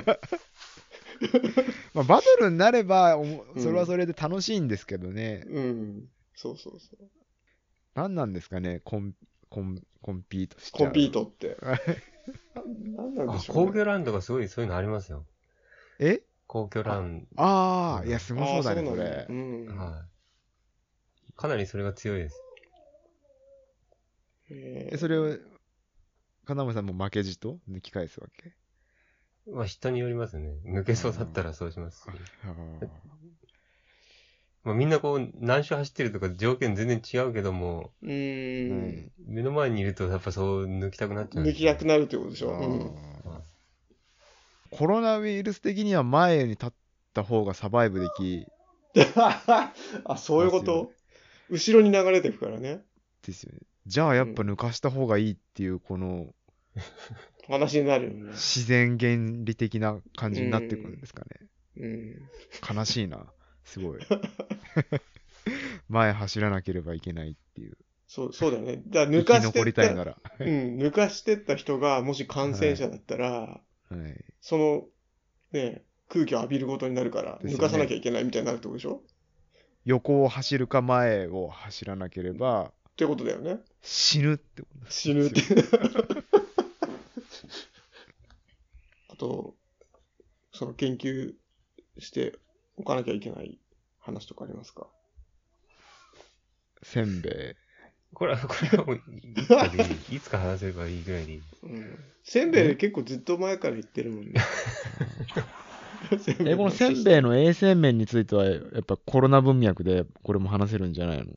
Speaker 3: まあ、バトルになれば、おもそれはそれで楽しいんですけどね。
Speaker 1: うん。そうそうそう。
Speaker 3: 何なんですかね、コン、コン、コンピートしち
Speaker 1: コ
Speaker 3: ゃう。
Speaker 1: ンピー。ト って
Speaker 3: は。
Speaker 1: ななんなん
Speaker 2: あ
Speaker 1: でしょう、ね。
Speaker 2: 工業ランドがすごいそういうのありますよ。
Speaker 3: え
Speaker 2: 工業ラン
Speaker 3: ああ、いや、すご
Speaker 1: あ
Speaker 3: そ
Speaker 1: あ
Speaker 3: うだね、
Speaker 1: な
Speaker 3: そ
Speaker 1: ん
Speaker 3: れ。
Speaker 1: うん。
Speaker 2: ド。はい。かなりそれが強いです。
Speaker 1: え
Speaker 3: えそれを、金森さんも負けじと抜き返すわけ。
Speaker 2: まあ人によりますね。抜けそうだったらそうしますし。
Speaker 3: あー
Speaker 2: まあみんなこう何周走ってるとか条件全然違うけども、
Speaker 1: うー。
Speaker 3: うん
Speaker 2: 目の前にいるとやっぱそう抜きたくなっちゃう。
Speaker 1: 抜きたくなるってことでしょ。
Speaker 3: あ
Speaker 1: うん。
Speaker 3: ーコロナウイルス的には前に立った方がサバイブでき
Speaker 1: あ、そういうこと後ろに流れてくからね。
Speaker 3: ですよね。じゃあやっぱ抜かした方がいいっていうこの
Speaker 1: 話になるよね。
Speaker 3: 自然原理的な感じになってくるんですかね。
Speaker 1: うん。
Speaker 3: 悲しいな。す ごい。前走らなければいけないっていう。
Speaker 1: そう、そうだよね。だから
Speaker 3: 生
Speaker 1: 抜
Speaker 3: き
Speaker 1: かして
Speaker 3: 残
Speaker 1: っ
Speaker 3: り
Speaker 1: た
Speaker 3: たいなら。
Speaker 1: うん、抜かしてった人が、もし感染者だったら、
Speaker 3: はい。
Speaker 1: その、ね、空気を浴びることになるから、
Speaker 3: ですよね
Speaker 1: 抜かさなきゃいけないみたいになるってことでしょ
Speaker 3: 横を走るか前を走らなければ
Speaker 1: ってことだよね。
Speaker 3: 死ぬってことです
Speaker 1: 死
Speaker 3: よ
Speaker 1: ぬって。 あと、その研究しておかなきゃいけない話とかありますか
Speaker 3: せんべい。
Speaker 2: これは、これはもういつかで いい。いつか話せればいいぐらいでいい。
Speaker 1: うん。せんべい結構ずっと前から言ってるもんね。
Speaker 3: え、このせんべいの衛生面については、やっぱコロナ文脈でこれも話せるんじゃないの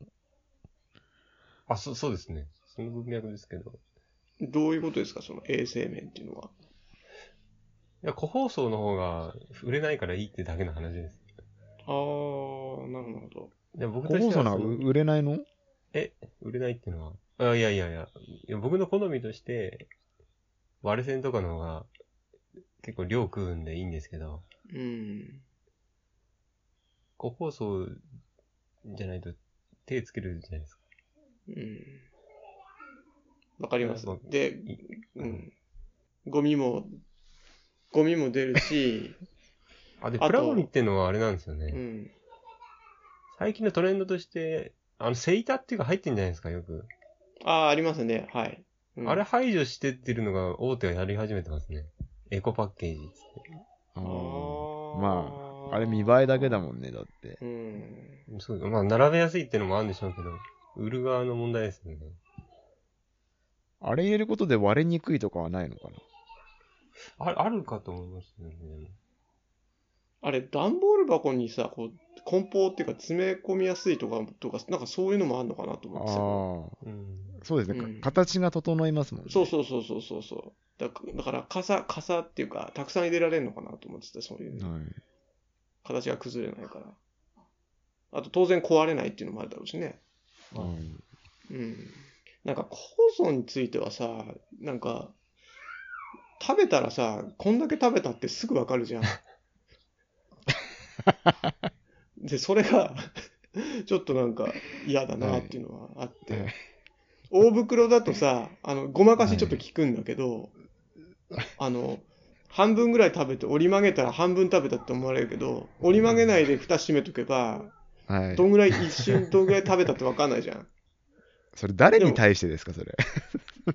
Speaker 2: あ、そう、そうですね。その文脈ですけど。
Speaker 1: い。どういうことですかその衛生面っていうのは。
Speaker 2: いや、個包装の方が売れないからいいってだけの話です。
Speaker 1: あー、なるほど。
Speaker 2: で僕
Speaker 3: 個
Speaker 2: とし
Speaker 3: 包
Speaker 2: て
Speaker 3: 装
Speaker 2: は
Speaker 3: な
Speaker 2: そ
Speaker 3: んか
Speaker 2: の
Speaker 3: 売れないの
Speaker 2: 売れないっていうのは、あいやいやいやいや、僕の好みとして、割れ線とかの方が結構量食うんでいいんですけど、
Speaker 1: うん。
Speaker 2: 個包装じゃないと手つけるじゃないですか。
Speaker 1: うん。わかります
Speaker 2: うん。
Speaker 1: で
Speaker 2: い、
Speaker 1: うん。ゴミも、ゴミも出るし、
Speaker 2: あ、で、
Speaker 1: あと
Speaker 2: プラゴミっていうのはあれなんですよね。
Speaker 1: うん。
Speaker 2: 最近のトレンドとして、あの、セイタっていうか入ってんじゃないですか、よく。
Speaker 1: ああ、ありますね。はい。うん
Speaker 2: あれ排除してっていうのが大手がやり始めてますね。エコパッケージっつっ
Speaker 3: あ
Speaker 1: ー
Speaker 3: まあれ見栄えだけだもんね、だって。
Speaker 1: うん。
Speaker 2: て。そう、まあ、並べやすいっていうのもあるんでしょうけど、売る側の問題ですよね。
Speaker 3: あれ入れることで割れにくいとかはないのか
Speaker 2: ああるかと思いますよね。でも
Speaker 1: あれ、段ボール箱にさ、こう、梱包っていうか詰め込みやすいとか、とか、なんかそういうのもあるのかなと
Speaker 3: な
Speaker 1: 思ってさ。
Speaker 3: ああ。
Speaker 2: うん。
Speaker 3: そうですね、か
Speaker 1: うん
Speaker 3: 形が整いますもんね。
Speaker 1: そうそうそうそうそうそう。だだから、傘、傘っていうか、たくさん入れられるのかなと思ってた、そういう。
Speaker 3: はい、
Speaker 1: 形が崩れないから。あと、当然壊れないっていうのもあるだろうしね。
Speaker 3: うん
Speaker 1: うんなんか酵素についてはさ、なんか、食べたらさ、こんだけ食べたってすぐわかる じゃん。で、それが、ちょっとなんか嫌だなっていうのはあって、
Speaker 3: はいはい
Speaker 1: 大袋だとさ、あの、ごまかしちょっと効くんだけど、あの、半分ぐらい食べて折り曲げたら半分食べたって思われるけど、折り曲げないで蓋閉めとけば、
Speaker 3: はい
Speaker 1: ど。んぐらい一瞬どんぐらい食べたってわかんないじゃん。
Speaker 3: それ誰に対してですか、それ。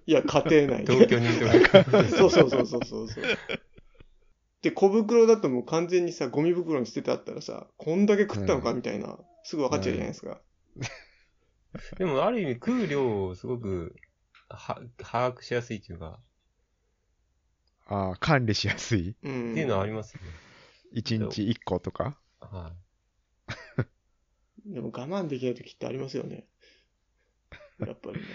Speaker 1: いや、家庭内
Speaker 2: 東
Speaker 1: で。
Speaker 2: 京にいて俺か。
Speaker 1: そうそうそうそうそうそう。で、小袋だともう完全にさ、ゴミ袋に捨ててあったらさ、こんだけ食ったのかみたいな、すぐ分かっちゃうじゃないですか。
Speaker 2: でも、ある意味、食う量をすごく、は、把握しやすいっていうか、
Speaker 3: ああ、管理しやすい。
Speaker 1: うん。
Speaker 2: っていうのはありますよね。
Speaker 3: 1日1個とか。
Speaker 2: は
Speaker 1: でも我慢できない時ってありますよね。やっぱりね。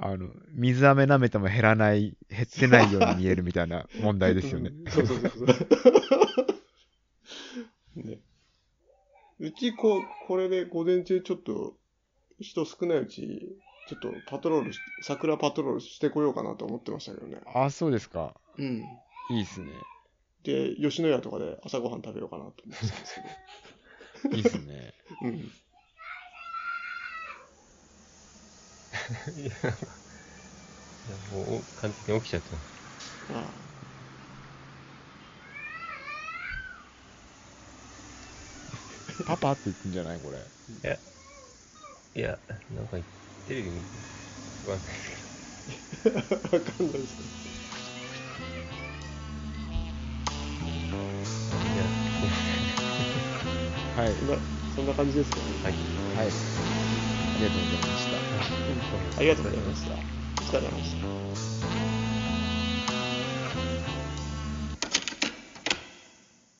Speaker 3: あの、水飴舐めても減らない、減ってないように見えるみたいな問題ですよね。
Speaker 1: うんそうそうそうそう。ね。うち、こう、これで午前中ちょっと、人少ないうち、ちょっとパトロールし、桜パトロールしてこようかなと思ってましたけどね。
Speaker 3: あ、そうですか。
Speaker 1: うん。
Speaker 3: いいっすね。
Speaker 1: で、吉野家とかで朝ごはん食べようかなと思ってたんです
Speaker 3: いいっすね。
Speaker 1: けど。うん。
Speaker 2: い。いや、もう、完全に起きちゃってます。
Speaker 1: ああ
Speaker 3: パパって言ってんじゃないこれ。
Speaker 2: いや、なんか、テレビ見て、わかんないですけ ど。
Speaker 1: わかんないですけど。
Speaker 2: いや、
Speaker 3: はい。はい。
Speaker 1: そんな、そんな感じですかね。
Speaker 2: はい。
Speaker 3: ありがとうございました。
Speaker 1: ありがとうございました。お疲れ様でした。
Speaker 2: お